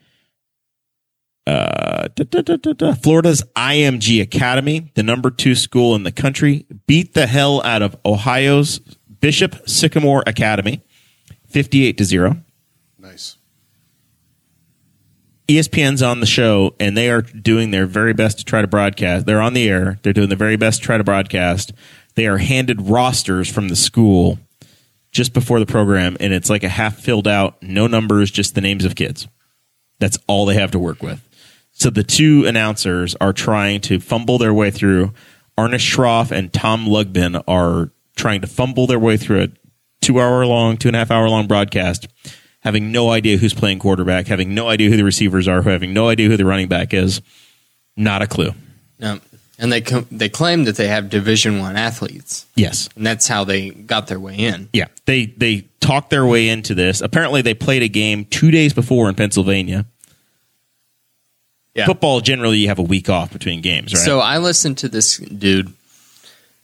uh, da, da, da, da, da. Florida's IMG Academy, the number two school in the country, beat the hell out of Ohio's Bishop Sycamore Academy, fifty-eight to zero.
Nice.
E ESPN's on the show and they are doing their very best to try to broadcast. They're on the air. They're doing the very best to try to broadcast. They are handed rosters from the school just before the program and it's like a half filled out, no numbers, just the names of kids. That's all they have to work with. So the two announcers are trying to fumble their way through. Arna Schroff and Tom Lugbin are trying to fumble their way through a two hour long, two and a half hour long broadcast, having no idea who's playing quarterback, having no idea who the receivers are, having no idea who the running back is. Not a clue.
No. And they com- they claim that they have Division One athletes,
Yes.
and that's how they got their way in.
Yeah. They they talked their way into this. Apparently they played a game two days before in Pennsylvania.
Yeah.
Football generally you have a week off between games, right?
So I listened to this dude.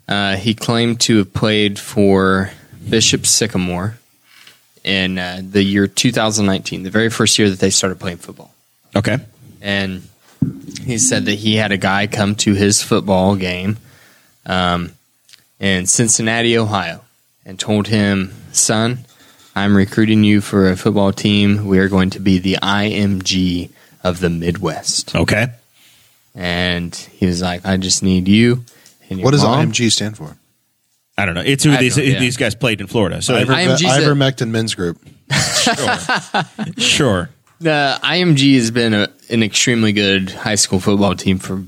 Uh, he claimed to have played for Bishop Sycamore in uh, the year 2019, the very first year that they started playing football.
okay.
and he said that he had a guy come to his football game um, in Cincinnati, Ohio, and told him, "Son, I'm recruiting you for a football team. We are going to be the IMG of the Midwest."
Okay.
And he was like, "I just need you." And your
What does
mom."
IMG stand for?
I don't know. It's who
I
these
don't- yeah.
these guys played in Florida. So
Iver-
IMG said-
ivermectin men's group.
sure.
The IMG has been a, an extremely good high school football team for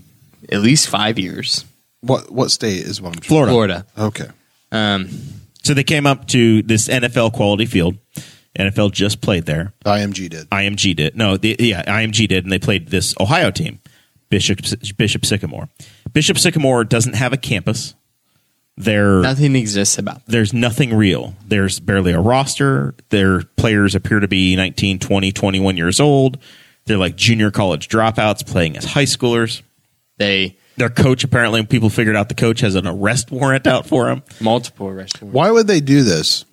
at least five years.
What what state is what I'm trying-
Florida.
Florida.
Okay.
Um,
So they came up to this NFL quality field. NFL just played there.
The IMG did.
IMG did. No, the, yeah, IMG did, and they played this Ohio team, Bishop Bishop Sycamore. Bishop Sycamore doesn't have a campus. They're
nothing exists about them.
there's nothing real. There's barely a roster. Their players appear to be 19, 20, 21 years old. They're like junior college dropouts playing as high schoolers.
They
Their coach apparently people figured out the coach has an arrest warrant out for him.
multiple restaurants.
Why would they do this?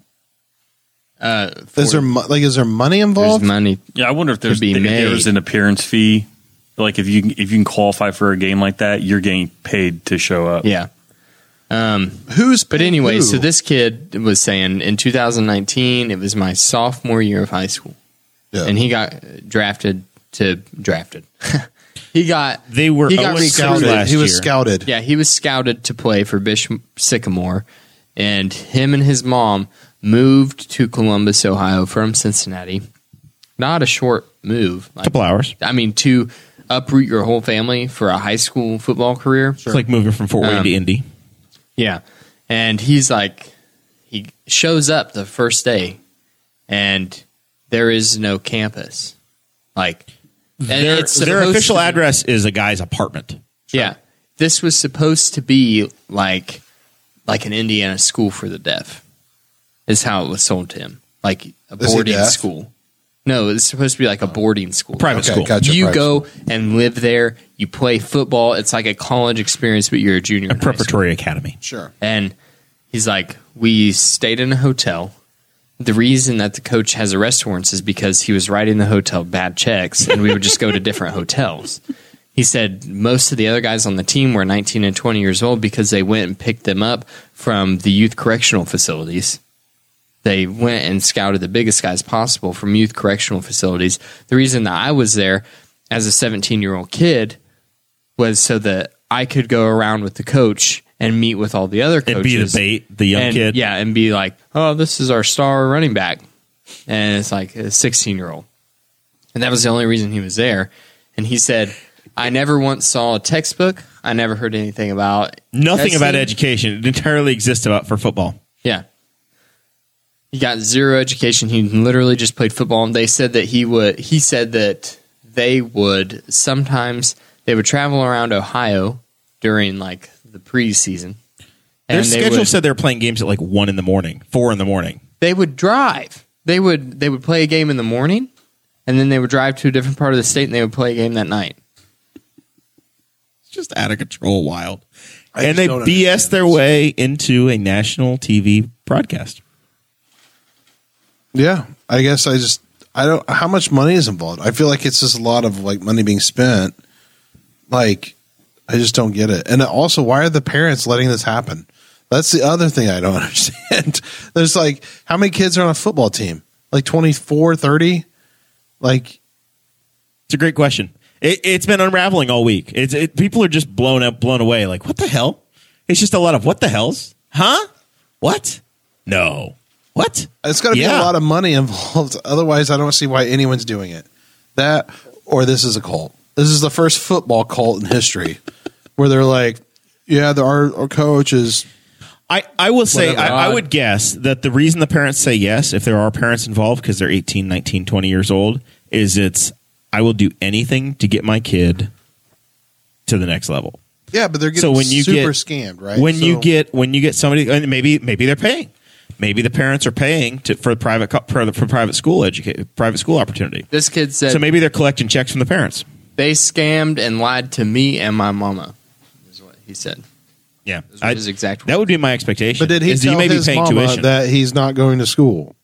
Uh,
Is there mo- like is there money
there's
involved?
money?
Yeah, I wonder if there's
be
if
made.
there's an appearance fee. Like if you can- if you can qualify for a game like that, you're getting paid to show up.
Yeah. Um,
Who's
But anyway,
who?
so this kid was saying in 2019, it was my sophomore year of high school,
Yeah.
and he got drafted to drafted. *laughs* he got
They were
He got
0
scouted.
scouted last
he was
year.
scouted.
yeah, he was scouted to play for Bishop Sycamore, and him and his mom moved to Columbus, Ohio from Cincinnati. Not a short move. Like,
couple hours.
I mean, to uproot your whole family for a high school football career.
It's like moving from Fort Wayne
Um,
to Indy.
Yeah. And he's like, he shows up the first day and there is no campus. Like, and
Their,
it's
their
supposed
official
to be-
address is a guy's apartment.
Yeah. This was supposed to be like, like an Indiana school for the deaf, is how it was sold to him. Like a
he
boarding
deaf?
school. No, it's supposed to be like a boarding school.
Private
Okay,
school.
gotcha.
you
Right.
go and live there. You play football. It's like a college experience, but you're a junior. in high school.
Preparatory academy.
Sure.
And he's like, We stayed in a hotel. The reason that the coach has arrest warrants is because he was writing the hotel bad checks and we would just go to different hotels. He said most of the other guys on the team were 19 and 20 years old because they went and picked them up from the youth correctional facilities. They went and scouted the biggest guys possible from youth correctional facilities. The reason that I was there as a 17 year old kid was so that I could go around with the coach and meet with all the other coaches.
It'd be the bait, the young
and,
kid.
Yeah, and be like, oh, this is our star running back. And it's like a 16 year old. And that was the only reason he was there. And he said, I never once saw a textbook. I never heard anything about
Nothing
testing."
about education. It entirely exists about for football.
Yeah. He got zero education. He literally just played football. And they said that he would, he said that they would sometimes, they would travel around Ohio during like the preseason.
Their
they
schedule
would-
said they were playing games at like one in the morning, four in the morning.
they would drive. They would they would play a game in the morning, and then they would drive to a different part of the state and they would play a game that night.
It's just out of control, wild.
I
and
just
they
don't
BS
understand
their
this.
way into a national TV broadcast.
Yeah. I guess I just I don't how much money is involved. I feel like it's just a lot of like money being spent. Like I just don't get it. And also why are the parents letting this happen? That's the other thing I don't *laughs* understand. There's like how many kids are on a football team? Like 24, 30? Like
It's a great question. It, it's been unraveling all week. It's it, people are just blown up, blown away. Like what the hell? It's just a lot of what the hell's, huh? What? No. What?
It's got to be
Yeah.
a lot of money *laughs* involved. Otherwise, I don't see why anyone's doing it. That or this is a cult. This is the first football cult in history *laughs* where they're like, yeah, the, our, our coach is
I, I will say,
Whatever.
I, I would guess that the reason the parents say yes, if there are parents involved because they're 18, 19, 20 years old, is it's, I will do anything to get my kid to the next level.
yeah, but they're getting
so when you
super
get
scammed, right?
When you
So-
get when you get somebody, and maybe maybe they're paying, maybe the parents are paying to, for private co- for, the, for private school educa- private school opportunity.
This kid said
So maybe they're collecting checks from the parents.
they scammed and lied to me and my mama. Is what he said.
Yeah,
Those were
I,
his exact
that would be my expectation.
but did he
is
tell
may be
his mama that he's not going to school?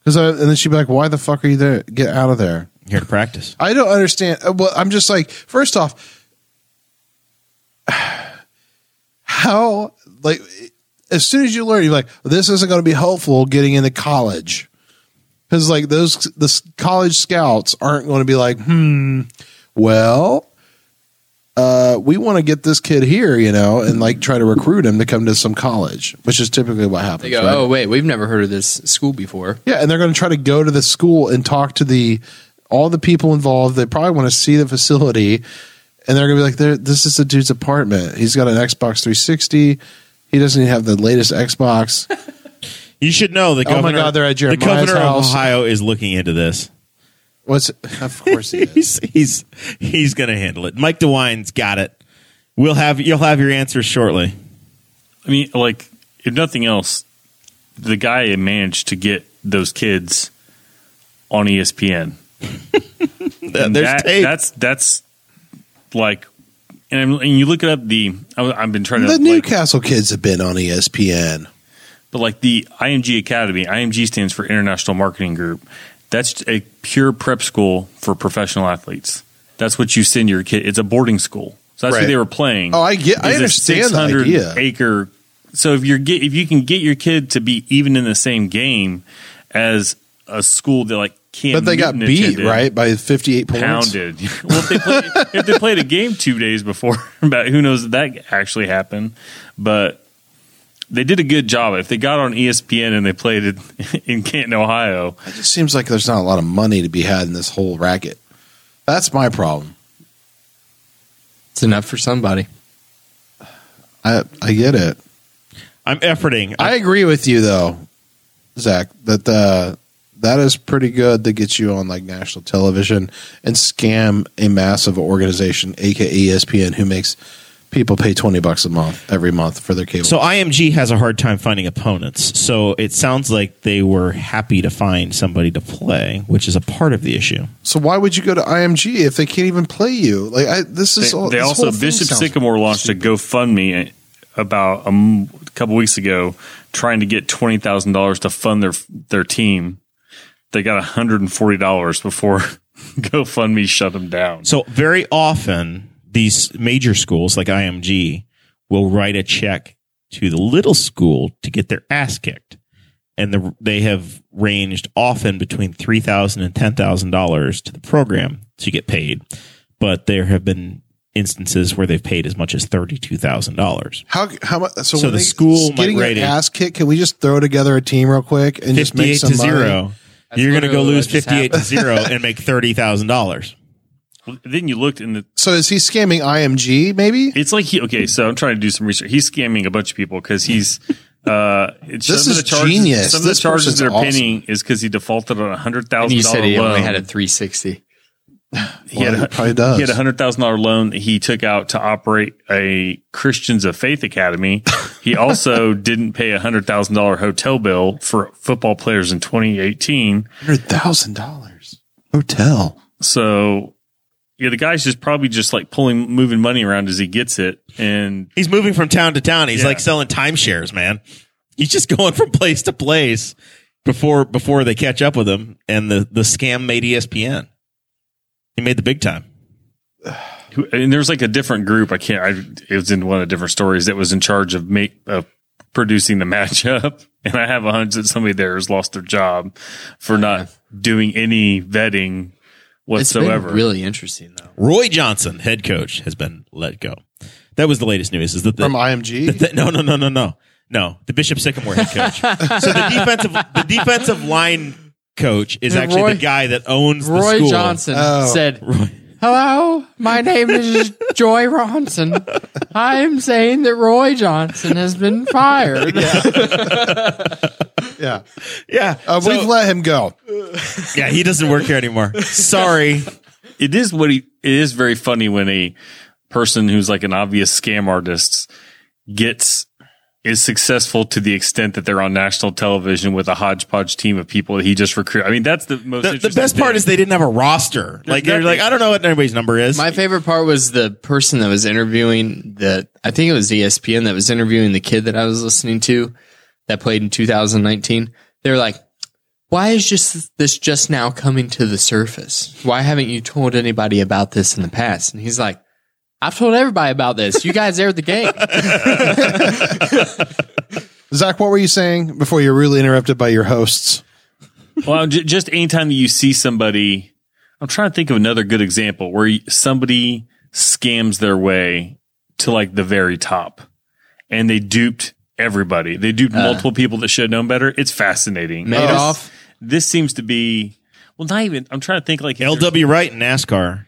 Because and then she'd be like, "Why the fuck are you there? Get out of there!"
here to practice?
I don't understand. uh, Well, I'm just like, first off, *sighs* how like as soon as you learn, you're like, this isn't going to be helpful getting into college because like those the s- college scouts aren't going to be like, hmm, well, uh, we want to get this kid here, you know, and like try to recruit him to come to some college, which is typically what happens.
They go,
right?
oh wait, we've never heard of this school before.
Yeah, and they're going to try to go to the school and talk to the all the people involved. They probably want to see the facility, and they're going to be like, "There, "This is the dude's apartment. He's got an Xbox 360. He doesn't even have the latest Xbox."
You should know the
Oh my
governor.
God, they're at
the
Jeremiah's
governor of
house.
Ohio is looking into this.
What's of course he is.
He's he's he's gonna handle it. Mike DeWine's got it. We'll have you'll have your answers shortly.
I mean, like, if nothing else, the guy managed to get those kids on E ESPN.
There's
And that-
tape.
That's that's like, and, I'm- and you look at the. I- I've been trying to
The
like,
Newcastle kids have been on E ESPN.
but like the IMG Academy. IMG stands for International Marketing Group. That's a pure prep school for professional athletes. That's what you send your kid. It's a boarding school, so that's
Right.
what they were playing.
Oh, I get- I
It's a
understand the idea.
Acre. So if you're get, if you can get your kid to be even in the same game as a school that like can't,
But they got beat right by fifty-eight points.
pounded. *laughs* well, if they, play, if they played a game two days before, *laughs* about who knows if that actually happened, but they did a good job. If they got on E ESPN and they played it *laughs* in Canton, Ohio,
It just seems like there's not a lot of money to be had in this whole racket. That's my problem.
It's enough for somebody.
I I get it.
I'm efforting.
I agree with you though, Zach. That uh, that is pretty good to get you on like national television and scam a massive organization, aka ESPN, who makes people pay twenty bucks a month every month for their cable.
So IMG has a hard time finding opponents. So it sounds like they were happy to find somebody to play, which is a part of the issue.
so why would you go to IMG if they can't even play you? Like I, this
they,
is all,
they
this
also
whole thing
Bishop
sounds-
Sycamore launched a GoFundMe about a m- couple weeks ago, trying to get twenty thousand dollars to fund their their team. They got hundred and forty dollars before *laughs* GoFundMe shut them down.
So very often these major schools like IMG will write a check to the little school to get their ass kicked. And the, they have ranged often between three thousand and ten thousand dollars to the program to get paid, but there have been instances where they've paid as much as thirty two thousand dollars.
How how much? So,
So
when
the
they-
school might
getting their
rate it-
ass kicked. Can we just throw together a team real quick and just make
Fifty-eight
some
to
money?
zero, you're going to go
literally
lose
what just
fifty-eight to zero and make thirty thousand dollars.
Then you looked in the
So is he scamming IMG? Maybe
It's like he okay. So I'm trying to do some research. He's scamming a bunch of people because he's. Uh, it's
This
some
is
of the charges,
genius.
Some of the
This
charges
person's
they're
awesome.
pinning is because he defaulted on a hundred
And
thousand
you said
dollar
he only
loan.
had a 360.
he had
Well,
a,
he probably does.
He had a hundred thousand dollar loan that he took out to operate a Christians of
*laughs*
Faith Academy. He also didn't pay a hundred thousand dollar hotel bill for football players in 2018.
hundred thousand dollars hotel.
So. Yeah, the guy's just probably just like pulling, moving money around as he gets it, and
He's moving from town to town. He's
Yeah.
like selling timeshares, man. He's just going from place to place before before they catch up with him. And the the scam made E ESPN. He made the big time.
who, and there's like a different group. I can't. I, it was in one of the different stories that was in charge of make of producing the *laughs* matchup. And I have a hunch that somebody there has lost their job for not doing any vetting
It's been
whatsoever.
really interesting though.
Roy Johnson, head coach, has been let go. That was the latest news. Is *laughs* that the,
from IMG.
the- the- no no no no no no the Bishop Sycamore head
*laughs*
coach. so the defensive the defensive line coach is
Yeah,
actually
Roy-
the guy that owns the
Roy
school.
Johnson
Oh.
said, "Hello, my name is Joy Ronson. I'm saying that Roy Johnson has been fired."
yeah,
Yeah,
uh,
so-
we've let him go.
yeah, he doesn't work here
*laughs*
anymore. Sorry.
it is what he. It is very funny when a person who's like an obvious scam artist gets is successful to the extent that they're on national television with a hodgepodge team of people that he just recruited. I mean, that's the most.
The, the
interesting
best part
thing.
is they didn't have a roster. like they're
nothing.
like, I don't know what anybody's number is.
My favorite part was the person that was interviewing the I think it was E ESPN that was interviewing the kid that I was listening to that played in 2019. They were like, "Why is just this just now coming to the surface? Why haven't you told anybody about this in the past?" And he's like, "I've told everybody about this. You guys aired the
*laughs*
game."
Zach, what were you saying before you were really interrupted by your hosts?
well, j- just anytime that you see somebody, I'm trying to think of another good example where you- somebody scams their way to like the very top and they duped everybody. They duped multiple people that should have known better. It's fascinating. Uh,
Madoff?
This seems to be, well, not even, I'm trying to think like, if there's-
L.W. Wright in NASCAR,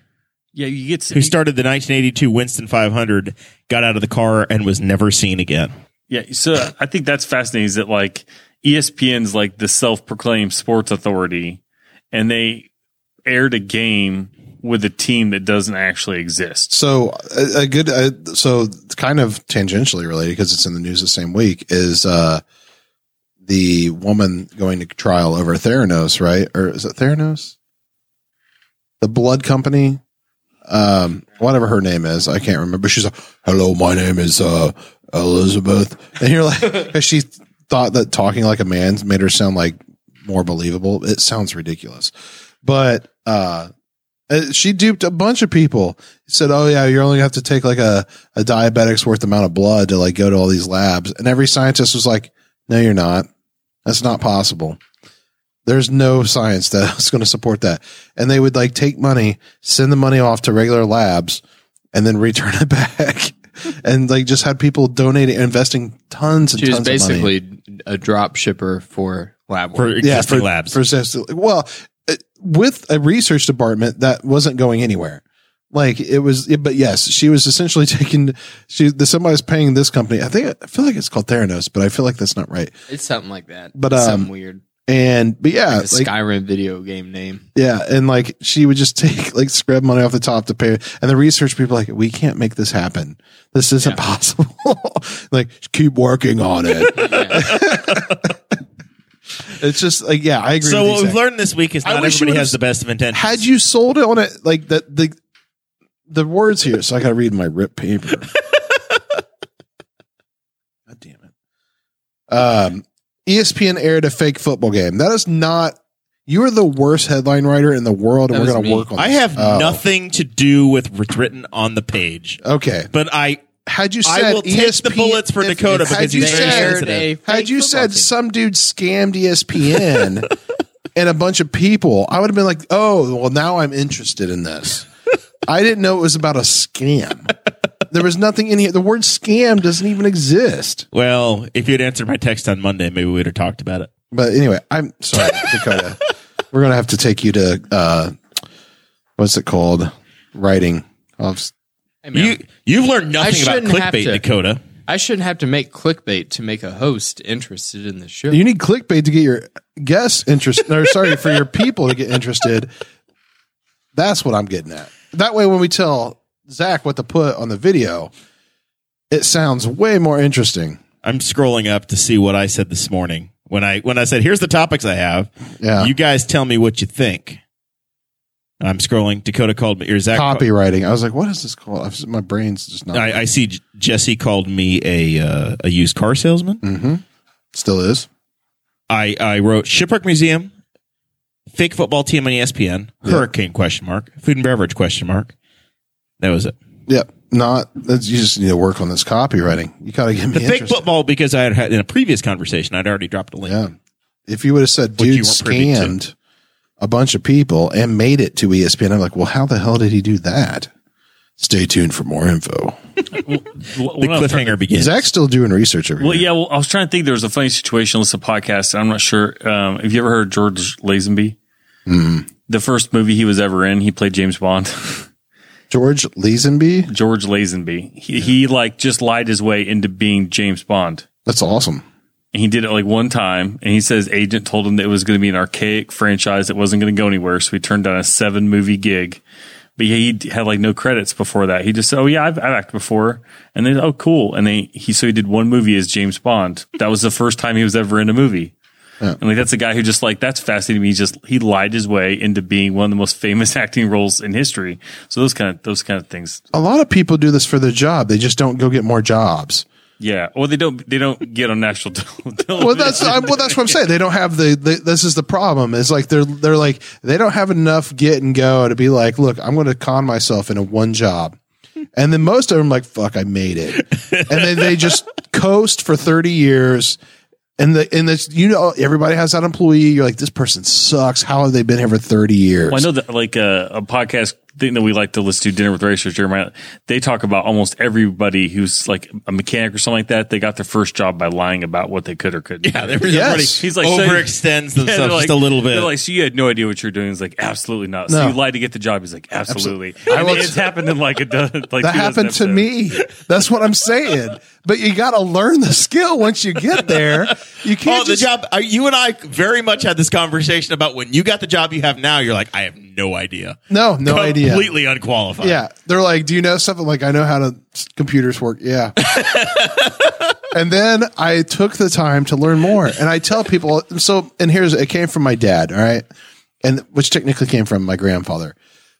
yeah, you get,
who started the 1982 Winston 500, got out of the car and was never seen again.
Yeah, so I think that's fascinating. Is that like E ESPN's like the self-proclaimed sports authority, and they aired a game with a team that doesn't actually exist.
So a, a good, uh, so kind of tangentially related because it's in the news the same week is uh, the woman going to trial over Theranos, right? Or is it Theranos? The blood company, um, whatever her name is, I can't remember. She's like, "Hello, my name is uh, Elizabeth," and you're like, 'cause she thought that talking like a man made her sound like more believable. It sounds ridiculous, but uh, uh, she duped a bunch of people. Said, "Oh yeah, you only have to take like a a diabetic's worth amount of blood to like go to all these labs." And every scientist was like, "No, you're not. That's not possible. There's no science that's going to support that." *laughs* And they would like take money, send the money off to regular labs, and then return it *laughs* back. and like just had people donating, investing tons and
She was
tons of money.
basically a drop shipper for lab
For
work.
existing
for,
labs.
For existing- well, uh, with a research department that wasn't going anywhere. Like it was, it- but yes, she was essentially *laughs* taking. She the, somebody's paying this company. I think I feel like it's called Theranos, but I feel like that's not right.
It's something like that.
But,
It's
um,
something weird.
And but yeah,
The
like,
Skyrim video game
*laughs*
name.
yeah, and like she would just *laughs* take like scrub money off the top to pay, and the research people are like we can't make this happen. This isn't *laughs* possible. like keep working on
*laughs*
it.
Yeah.
it's just like yeah, I agree.
So
with you,
what we've
Zach.
learned this week is
I
not
wish you
everybody
would've
has the best of intentions.
had you sold it on it like that the the words here so i gotta read my
*laughs*
rip paper god damn it um espn aired a fake football game that is not you are the worst headline writer in the world and
That was
we're gonna
me.
work on
I
this.
have
Oh,
nothing to do with what's written on the page,
okay
but I
had you
I
said E
will take the
ESPN
bullets for
if-
Dakota
had
because
you
he's very
said-
sensitive.
had you said some dude scammed E espn *laughs* and a bunch of people i would have been like oh well now i'm interested in this i didn't know it was about a scam there was nothing in here the word scam doesn't even exist
well, if you'd answered my text on Monday, maybe we'd have talked about it.
but anyway i'm sorry dakota we're gonna have to take you to uh what's it called writing of s-
You you've learned
I
nothing about
shouldn't have
clickbait,
to.
Dakota.
I shouldn't have to make clickbait to make a host interested in the show.
you need clickbait to get your guests interested or sorry for your people to get interested that's what i'm getting at that way when we tell zach what to put on the video it sounds way more interesting
I'm scrolling up to see what I said this morning when I when I said, "Here's the topics I have.
Yeah.
You guys tell me what you think." I'm scrolling. Dakota called me. Or Zach
copywriting i was like what is this called I was- my brain's just not
I, I see J- Jesse called me a uh, a used car salesman.
still is
I I wrote shipwreck museum, fake football team on E ESPN, hurricane question mark, food and beverage question mark. That was it.
yep not that's, you just need to work on this copywriting you gotta get me
The fake
interested.
football because I had had in a previous conversation I'd already dropped a link.
yeah if you would have said
you
dude
weren't privy to.
scammed a bunch of people and made it to E espn i'm like well how the hell did he do that stay tuned for more info
Well,
The
when I was trying-
cliffhanger begins.
Zach's still doing research every
Well,
year.
yeah. Well, I was trying to think. There was a funny situation. I listened to a podcast. and I'm not sure. Um, have you ever heard of George Lazenby? The first movie he was ever in, he played James Bond. *laughs*
George Lazenby.
George Lazenby. He, he like just lied his way into being James Bond.
That's awesome.
And he did it like one time, and he says agent told him that it was going to be an archaic franchise that wasn't going to go anywhere. So he turned down a seven movie gig, but he had like no credits before that. He just said, "Oh yeah, I've, I've acted before," and then oh cool, and they he so he did one movie as James Bond. That was the first time he was ever in a movie. And like that's a guy who just like that's fascinating. to me. He just he lied his way into being one of the most famous *laughs* acting roles in history. So those kind of those kind of things
A lot of people do this for their job. They just don't go get more jobs.
Yeah, well, they don't. They don't get on national *laughs* tel- television.
Well, that's I, well, that's what I'm saying. They don't have the, the. This is the problem. Is like they're they're like they don't have enough get and go to be like, look, I'm going to con myself into one job, and then most of them like, fuck, I made it, and then they just coast for 30 years. And the and this you know everybody has that employee. You're like this person sucks. How have they been here for 30 years?
Well, I know that like uh, a podcast thing that we like to listen to dinner with racers jeremiah they talk about almost everybody who's like a mechanic or something like that they got their first job by lying about what they could or couldn't
Yeah,
do.
there was
Yes.
everybody
He's like, so-
overextends
*laughs* Yeah, they're
themselves
like-
just a little bit.
They're like, so you had no idea what you're doing. He's like, absolutely not. So
No.
you lied to get the job. He's like, absolutely.
I
And
will-
it's happened in like a dozen. Like
that
two dozen
happened to
episodes.
me. That's what I'm saying. But you got to learn the skill once you get there. You can't
oh, the
just
job. uh, You and I very much had this conversation about when you got the job you have now. You're like, I have no idea.
no, no idea.
Completely unqualified.
Yeah, they're like, "Do you know stuff?" I'm like, "I know how to s- computers work."
*laughs*
Yeah. and then I took the time to learn more, and I tell people. So, and here's it came from my dad. All right, and which technically came from my grandfather,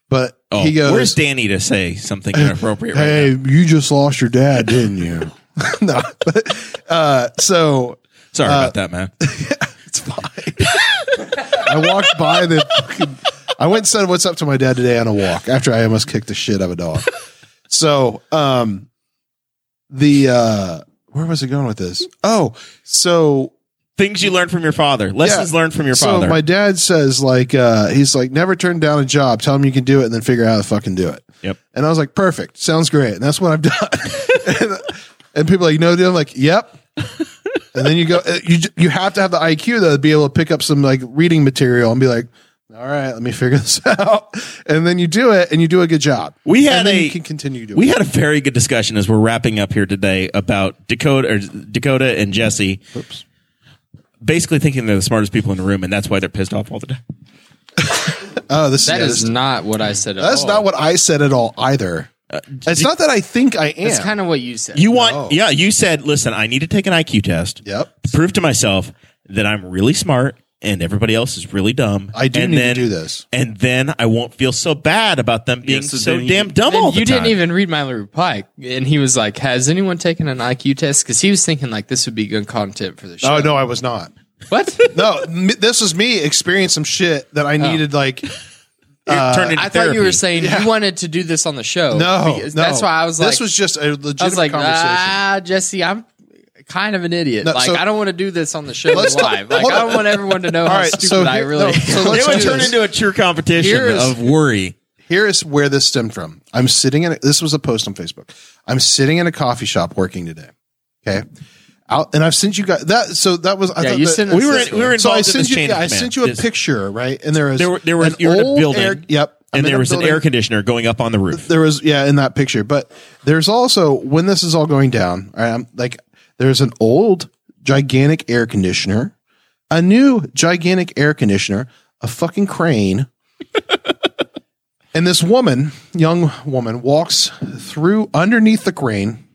but
Oh,
he goes,
where's Danny to say something inappropriate? right
"Hey, you just lost your dad, didn't you?" *laughs* no, but uh, so
now? Sorry about
uh,
that, man.
it's fine. I walked by the. Fucking, I went and said what's up to my dad today on a walk after I almost kicked the shit out of a dog. So, um, the uh, where was it going with this? Oh, so
Things you learned from your father. Lessons
Yeah.
learned from your
so
father.
my dad says like uh, he's like never turn down a job. Tell him you can do it, and then figure out how to fucking do it.
Yep.
And I was like, perfect, sounds great, and that's what I've done. *laughs* and, and people are like, no, dude, I'm like, yep. and then you go, uh, you j- you have to have the IQ though to be able to pick up some like reading material and be like, all right, let me figure *laughs* this out. And then you do it, and you do a good job.
We had
and then
a-
you can continue doing.
we
it.
had a very good discussion as we're wrapping up here today about Dakota or Dakota and Jesse. Oops. Basically, thinking they're the smartest people in the room, and that's why they're pissed off all the time.
oh, this
That
yeah,
is
this-
not what I said. At
that's
all.
not what I said at all either. it's not that I think I am.
Uh, That's kind of what you said.
You want, yeah, you said, listen, I need to take an IQ test.
Yep.
To prove to myself that I'm really smart and everybody else is really dumb.
I do
and
need to do this.
And then I won't feel so bad about them being
so
so,
then you-
damn dumb
And
all the
you
time.
didn't even read my reply, and he was like, "Has anyone taken an IQ test?" Because he was thinking like this would be good content for the show.
oh no, I was not.
What?
*laughs* No, m- this was me experiencing some shit that I
Oh. *laughs*
needed. Like, Uh,
It turned into
I thought you
therapy.
were saying you wanted to do this on the show.
no,
Because
no.
that's why I was like,
this was just a legitimate
I was like,
conversation.
ah, Jesse, I'm kind of an idiot.
No,
like,
so-
I don't want to do this on the show live.
Let's talk-
like,
hold
I
on.
don't want everyone to know
All
how
right,
stupid
so
I
here-
really.
no,
*laughs*
so
am.
let's
it would
do
turn
this.
into a true competition
Here's-
of worry.
Here is where this stemmed from. I'm sitting in. A, this was a post on Facebook. I'm sitting in a coffee shop working today. Okay, out and I've sent you guys that. So that was I
Yeah,
thought
you
that-
sent us
We were,
this
we were
one.
involved
So I
in
sent
this
you.
chain
yeah,
of
I
command.
sent you a
This-
picture, right? And there was
There were- there was-
an
you were in a
old
building.
air- yep, I'm in
and
a
there was an
building.
air conditioner going up on the roof.
there was yeah in that picture but there's also when this is all going down all right, i'm like there's an old gigantic air conditioner a new gigantic air conditioner a fucking crane *laughs* and this woman young woman walks through underneath the crane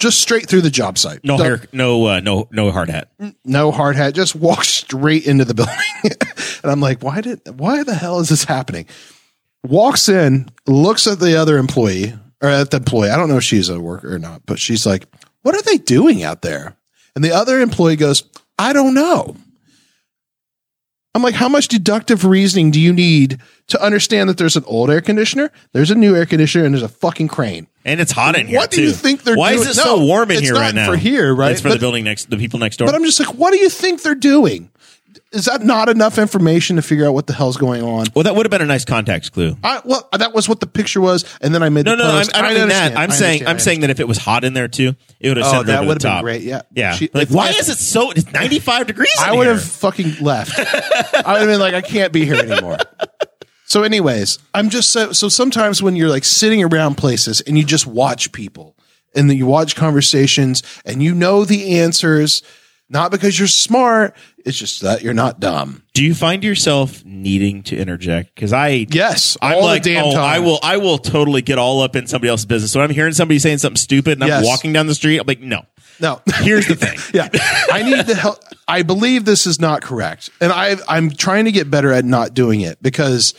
just straight through the job site
no,
The-
hair, no, uh, no, no hard hat.
no hard hat, just walked straight into the *laughs* building. and I'm like, why did why the hell is this happening? Walks in, looks at the other employee or at the employee. I don't know if she's a worker or not, but she's like, what are they doing out there? And the other employee goes, I don't know. I'm like, how much deductive reasoning do you need to understand that there's an old air conditioner, there's a new air conditioner, and there's a fucking crane?
And it's hot in here.
What do you
too.
think they're
Why
doing?
is it so
No,
warm in
it's
here
not
right now?
for here, right?
It's for the
But-
building next, the people next door.
But I'm just like, what do you think they're doing? Is that not enough information to figure out what the hell's going on?
well, that would have been a nice context clue.
I, well, that was what the picture was, and then I made
No,
the
no, I'm,
post.
I don't mean
understand.
that. I'm
I
saying,
understand.
I'm saying that if it was hot in there too, it would have
Oh,
sent it
that
over
would
the top.
have been great, yeah.
yeah.
She-
like,
if-
why
if-
is it so? It's 95 degrees.
I
in
would
here.
have fucking left.
*laughs*
I would have been like, I can't be here anymore. So, anyways, I'm just so so. Sometimes when you're like sitting around places and you just watch people and then you watch conversations and you know the answers, not because you're smart, it's just that you're not dumb.
Do you find yourself needing to interject? Because I,
Yes,
I'm
all the
like,
damn
oh,
time.
I will, I will totally get all up in somebody else's business. When I'm hearing somebody saying something stupid and
Yes.
I'm walking down the street, I'm like, no.
*laughs* No,
Here's the thing.
yeah i need the help i believe this is not correct and i i'm trying to get better at not doing it because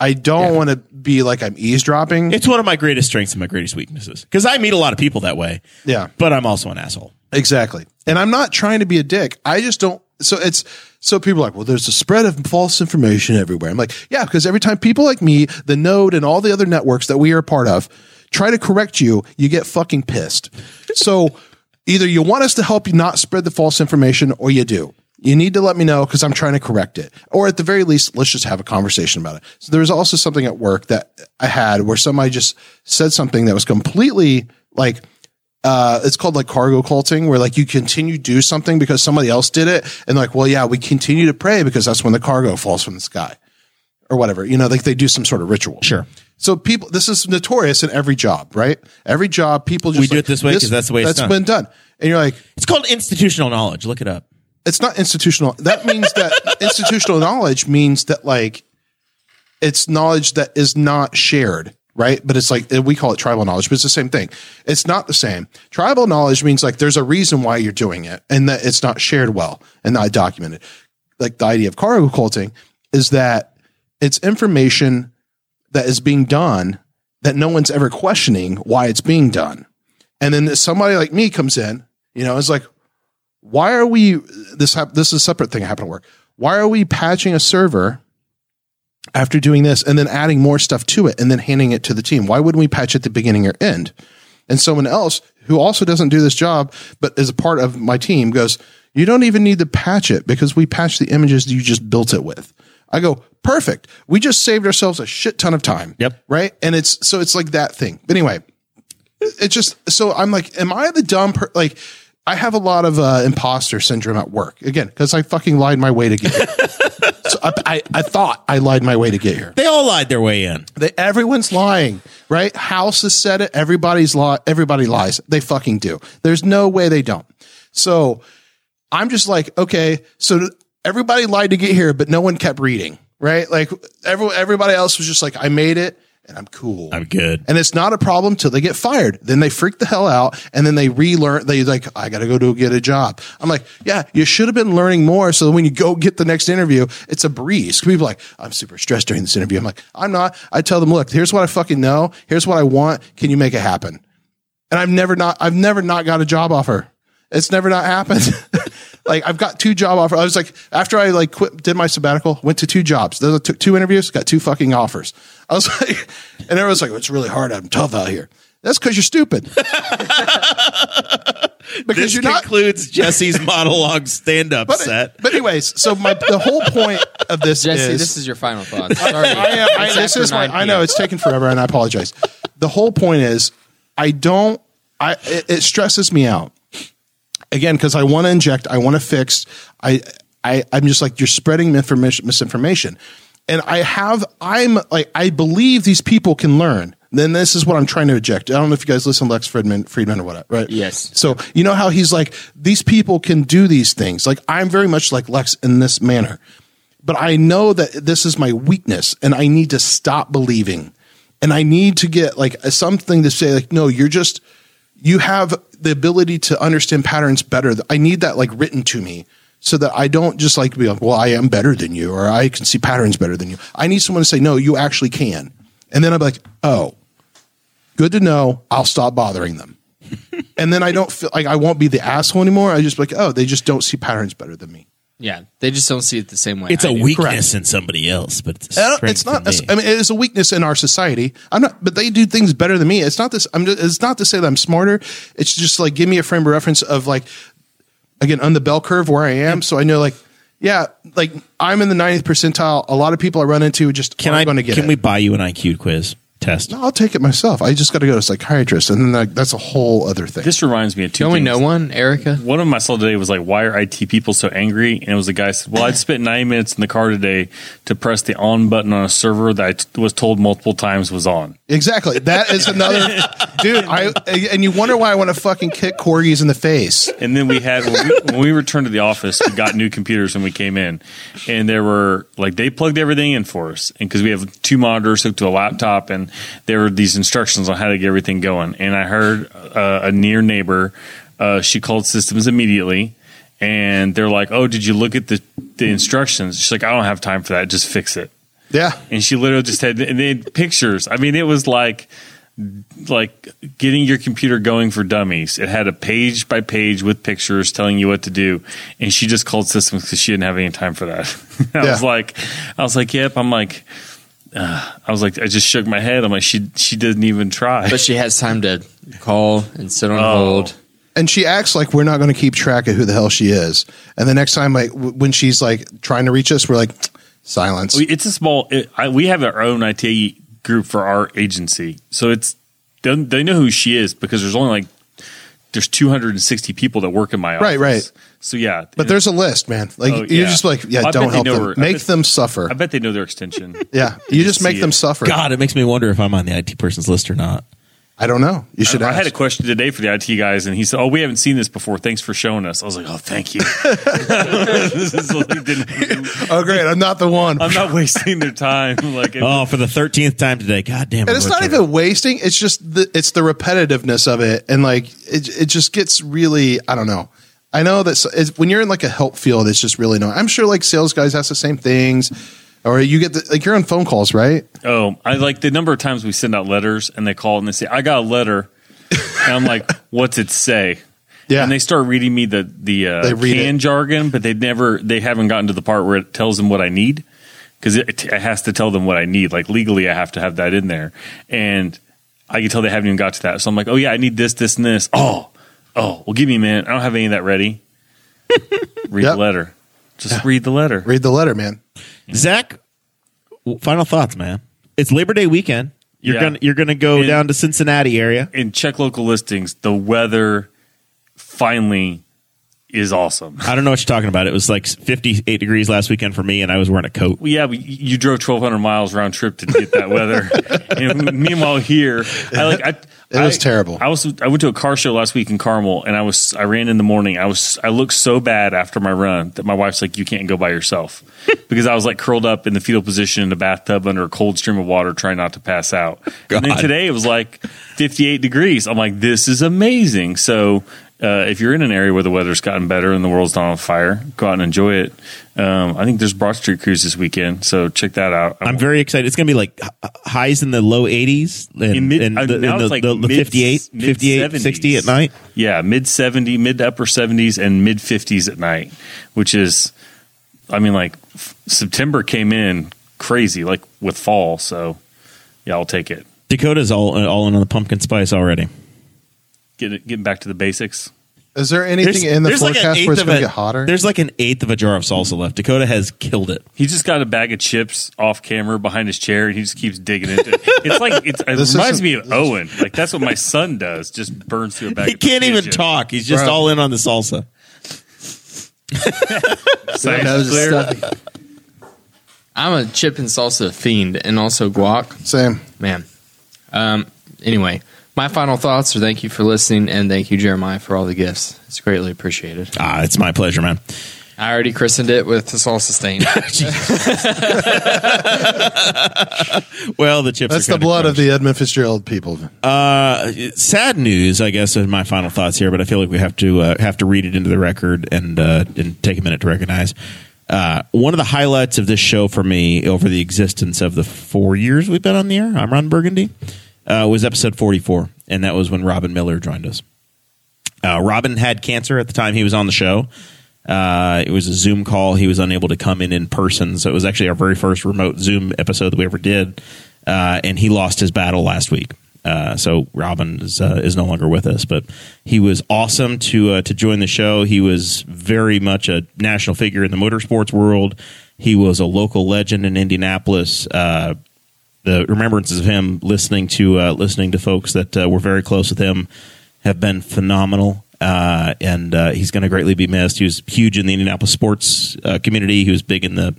i don't want to be like i'm eavesdropping
It's one of my greatest strengths and my greatest weaknesses because I meet a lot of people that way.
Yeah.
but I'm also an asshole.
exactly and i'm not trying to be a dick i just don't so it's so people are like well there's a spread of false information everywhere i'm like yeah because every time people like me the node and all the other networks that we are a part of try to correct you you get fucking pissed so either you want us to help you not spread the false information or you do You need to let me know because I'm trying to correct it. Or at the very least, let's just have a conversation about it. So there was also something at work that I had where somebody just said something that was completely like, uh, it's called like cargo culting, where like you continue to do something because somebody else did it, and like, well, yeah, we continue to pray because that's when the cargo falls from the sky, or whatever. You know, like they do some sort of ritual.
Sure.
So people, this is notorious in every job, right? Every job, people just
We do
like,
it this way 'cause that's the way it's
that's
done.
been done, and you're like,
It's called institutional knowledge. Look it up.
it's not institutional. That means that institutional knowledge means that like it's knowledge that is not shared, right? But it's like we call it tribal knowledge, but it's the same thing. It's not the same. Tribal knowledge means like there's a reason why you're doing it and that it's not shared well and not documented. Like the idea of cargo culting is that it's information that is being done that no one's ever questioning why it's being done. And then somebody like me comes in, you know, is like, why are we this hap- this is a separate thing that happened at work why are we patching a server after doing this and then adding more stuff to it and then handing it to the team why wouldn't we patch at the beginning or end and someone else who also doesn't do this job but is a part of my team goes you don't even need to patch it because we patch the images you just built it with i go perfect we just saved ourselves a shit ton of time
Yep.
right and it's so it's like that thing but anyway it's just so I'm like, am I the dumb per- like? I have a lot of uh, imposter syndrome at work again because I fucking lied my way to get here. so I, I, I thought I lied my way to get here.
They all lied their way in.
They, everyone's lying, right? House has said it. Everybody's li- Everybody lies. They fucking do. There's no way they don't. So I'm just like, okay, so everybody lied to get here, but no one kept reading, right? Like every, everybody else was just like, I made it and I'm cool.
I'm good.
And it's not a problem till they get fired. Then they freak the hell out and then they relearn. They like, I got to go to get a job. I'm like, yeah, you should have been learning more. So when you go get the next interview, it's a breeze. 'Cause People are like, I'm super stressed during this interview. I'm like, I'm not. I tell them, look, here's what I fucking know. Here's what I want. Can you make it happen? And I've never not, I've never not got a job offer. It's never not happened. *laughs* like I've got two job offers. I was like, after I like quit, did my sabbatical, went to two jobs. Those took two interviews, got two fucking offers. I was *laughs* like, and everyone's like, it's really hard. I'm tough out here. That's because
*laughs*
you're stupid. because
This
you're not
concludes Jesse's
*laughs*
monologue stand up
but,
set.
but anyways, so my the whole point of this
Jesse,
is
this is your final thought. Sorry.
*laughs* I am. I,
It's
this
after
is my.
9
I know
p.m.
it's taken forever, and I apologize. The whole point is, I don't. I it, it stresses me out again because I want to inject. I want to fix. I I I'm just like you're spreading information, misinformation, and I have. I'm like I believe these people can learn. Then this is what I'm trying to eject. I don't know if you guys listen to Lex Friedman, Friedman or whatever, right?
Yes.
So you know how he's like, these people can do these things. Like I'm very much like Lex in this manner, but I know that this is my weakness, and I need to stop believing, and I need to get like something to say like, no, you're just you have the ability to understand patterns better. I need that like written to me so that I don't just like be like, well, I am better than you, or I can see patterns better than you. I need someone to say, no, you actually can, and then I'm like, oh, good to know. I'll stop bothering them and then I don't feel like I won't be the asshole anymore. I just be like, oh, they just don't see patterns better than me.
Yeah, they just don't see it the same way.
It's
I
a
do.
weakness in somebody else, but it's,
I
a
don't- Uh, It's
strength
not.
in
a-
me.
I mean, it is a weakness in our society. I'm not, but they do things better than me. It's not this. I'm. Just, it's not to say that I'm smarter. It's just like give me a frame of reference of like, again, on the bell curve where I am, so I know like, yeah, like I'm in the 90th percentile. A lot of people I run into just
Can
aren't
I?
going to get
Can
it.
we buy you an IQ quiz test?
I'll take it myself. I just got to go to a psychiatrist, and then like, that's a whole other thing.
This reminds me of two
Don't we
things.
know one, Erica?
One of them I saw today was like, why are IT people so angry? And it was a guy said, well, I'd spent 90 minutes in the car today to press the on button on a server that I t- was told multiple times was on.
Exactly. That is another dude. I and you wonder why I want to fucking kick corgis in the face.
And then we had when we, when we returned to the office, we got new computers when we came in, and there were like they plugged everything in for us, and because we have two monitors hooked to a laptop, and there were these instructions on how to get everything going. And I heard uh, a near neighbor, uh, she called systems immediately, and they're like, "Oh, did you look at the the instructions?" She's like, "I don't have time for that. Just fix it."
Yeah.
and she literally just had and they had pictures. I mean, it was like like getting your computer going for dummies. It had a page by page with pictures telling you what to do, and she just called systems because she didn't have any time for that. *laughs* I was
Yeah.
like, I was like, yep. I'm like, uh, I was like, I just shook my head. I'm like, she she didn't even try.
But she has time to call and sit on
Oh.
hold.
and she acts like we're not going to keep track of who the hell she is. And the next time, like w- when she's like trying to reach us, we're like silence.
We- It's a small. It, I, we have our own IT group for our agency, so it's they, they know who she is because there's only like there's 260 people that work in my office.
Right, right.
So yeah,
but there's a list, man. Like
Oh,
you're
yeah.
just like, yeah,
Well, I bet
don't
they
help
know
them.
her. I
Make
bet-
them suffer.
I bet they know their extension.
*laughs* yeah, you just
see
make them
it.
suffer.
God, it makes me wonder if I'm on the IT person's list or not.
I don't know. You should.
I
ask.
had a question today for the IT guys, and he said, "Oh, we haven't seen this before. Thanks for showing us." I was like,
*laughs*
"Oh, thank you." *laughs* This is like, didn't-
oh, great! I'm not the one.
I'm not wasting their time. Like, it-
Oh, for the thirteenth time today. God damn it!
and it's
we're
not
covered.
even wasting. It's just the, it's the repetitiveness of it, and like it, it just gets really. I don't know. I know that s- it's, when you're in like a help field, it's just really annoying. I'm sure like sales guys ask the same things, or you get the, like you're on phone calls, right?
oh, I like the number of times we send out letters, and they call and they say, "I got a letter," and I'm like, "What's it say?"
Yeah.
and they start reading me the the uh,
They read
can
it.
jargon, but they never they haven't gotten to the part where it tells them what I need because it, it has to tell them what I need. Like legally, I have to have that in there, and I can tell they haven't even got to that. So I'm like, oh yeah, I need this, this, and this. Oh, oh, well, give me a minute. I don't have any of
*laughs*
that ready. read
Yep.
the letter. Just read the letter.
Read the letter, man.
Zach, w- final thoughts, man. It's Labor Day weekend. You're
Yeah.
gonna you're gonna go
And-
down to Cincinnati area.
And check local listings. The weather finally is awesome.
I don't know what you're talking about. It was like 58 degrees last weekend for me, and I was wearing a coat.
Well, yeah, but y- you drove 1,200 miles round trip to get
*laughs*
that weather. and meanwhile, here, I like I.
It was
I-
terrible.
I was I went to a car show last week in Carmel, and I was I ran in the morning. I was I looked so bad after my run that my wife's like, "You can't go by yourself," because I was like curled up in the fetal position in the bathtub under a cold stream of water, trying not to pass out. And then
God.
today it was like 58 degrees. I'm like, "This is amazing." So. Uh, if you're in an area where the weather's gotten better and the world's not on fire, go out and enjoy it. Um, I think there's Broad Street Cruise this weekend, so check that out.
I'm very excited. It's gonna be like h- h- highs in the low 80s and,
In mid-
and
uh,
the,
now
and the,
it's like
the, the
mid-
58,
mid
58,
70s.
60 at night.
Yeah, mid 70, mid to upper 70s, and mid 50s at night, which is, I mean, like f- September came in crazy, like with fall. So, yeah, I'll take it.
Dakota's all uh, all in on the pumpkin spice already.
Get it getting back to the basics.
Is there anything in the forecast
an eighth
where it's
of
going
a-
to get hotter?
There's like an eighth of a jar of salsa left. Dakota has killed it.
He just got a bag of chips off camera behind his chair, and he just keeps digging into
*laughs*
it. It's like it's, it
This
reminds
isn't-
me of Owen. Like that's what my son does. Just burns through a bag.
He
of
can't
tortilla
even
chips.
talk. He's just
Bro.
all in on the salsa.
Science
Nose
is
is
clear.
stuffy.
I'm a chip and salsa fiend and also guac.
*laughs* Same.
Man. Um, anyway, my final thoughts are thank you for listening and thank you, Jeremiah, for all the gifts. It's greatly appreciated.
Ah, it's my pleasure, man.
I already christened it with the salsa stain.
*laughs* Well, the chips.
That's
are
the
kinda
blood
gross.
of the Edmund Fitzgerald people.
Uh, sad news, I guess, is my final thoughts here. But I feel like we have to uh, have to read it into the record and uh, and take a minute to recognize. Uh, one of the highlights of this show for me over the existence of the four years we've been on the air, I'm Ron Burgundy, uh, was episode 44, and that was when Robin Miller joined us. Uh, Robin had cancer at the time he was on the show. Uh, it was a Zoom call. He was unable to come in in person, so it was actually our very first remote Zoom episode that we ever did. Uh, and he lost his battle last week, uh, so Robin is uh, is no longer with us. But he was awesome to uh, to join the show. He was very much a national figure in the motorsports world. He was a local legend in Indianapolis. Uh, the remembrances of him listening to uh, listening to folks that uh, were very close with him have been phenomenal. Uh, and uh, he's going to greatly be missed. He was huge in the Indianapolis sports uh, community. He was big in the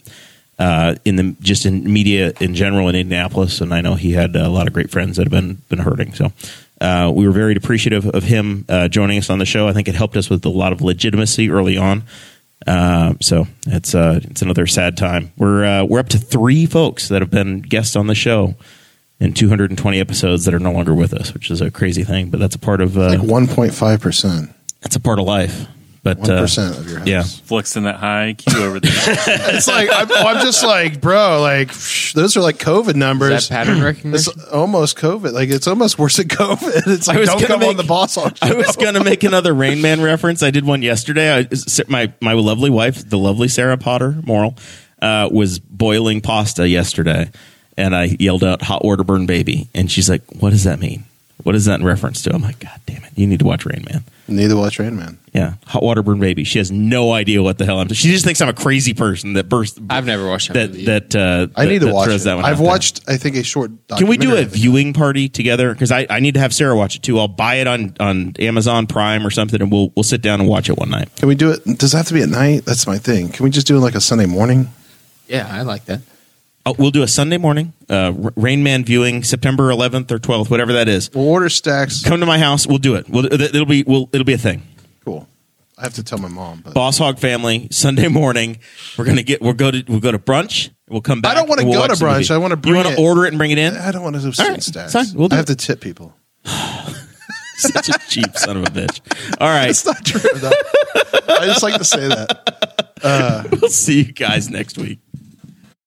uh, in the just in media in general in Indianapolis. And I know he had a lot of great friends that have been been hurting. So uh, we were very appreciative of him uh, joining us on the show. I think it helped us with a lot of legitimacy early on. Uh, so it's uh, it's another sad time. We're uh, we're up to three folks that have been guests on the show in 220 episodes that are no longer with us, which is a crazy thing. But that's a part of uh,
Like 1.5 percent,
that's a part of life. But
one
uh,
percent of your house.
yeah,
Flexing that high Q over
*laughs*
there.
it's like I'm, oh, I'm just like, bro, like psh, those are like
Is
COVID
that
numbers.
pattern
It's
recognition?
almost COVID. Like it's almost worse than COVID. It's
I
like
was
don't
gonna
come
make-
on the boss. on
*laughs* I was gonna make another Rain Man reference. I did one yesterday. I, my my lovely wife, the lovely Sarah Potter Morrill, uh, was boiling pasta yesterday, and I yelled out "hot water burn baby," and she's like, "What does that mean?" What is that in reference to? I'm like, God damn it! You need to watch Rain Man.
Neither watch Rain Man.
Yeah, Hot Water Balloon Baby. She has no idea what the hell I'm. She just thinks I'm a crazy person that burst.
I've never watched that.
that
movie.
that uh,
I need
that-
to
that
watch
throws
it.
that one
I've
out there.
watched, I think, a short.
Can we do a
documentary.
viewing party together? Because I, I need to have Sarah watch it too. I'll buy it on, on Amazon Prime or something, and we'll we'll sit down and watch it one night.
Can we do it? Does it have to be at night? That's my thing. Can we just do it like a Sunday morning?
yeah, I like that.
Oh, we'll do a Sunday morning uh, R- Rain Man viewing, September 11th or 12th, whatever that is.
We'll order stacks.
Come to my house. We'll do it. We'll, it- it'll be we'll, it'll be a thing.
Cool. I have to tell my mom, but
Boss Hog family Sunday *laughs* morning. We're gonna get. We'll go to we'll go to brunch. We'll come back.
I don't wanna
and we'll
go
watch
to
the
brunch.
movie.
I wanna
You
bring
want
it.
to order it and bring it in? *laughs*
I don't want to do
right,
stacks.
fine, we'll do
I have
it.
to tip people.
Such a cheap son of a bitch. All right.
*laughs* It's not true. though. I just like to say that.
We'll see you guys next week.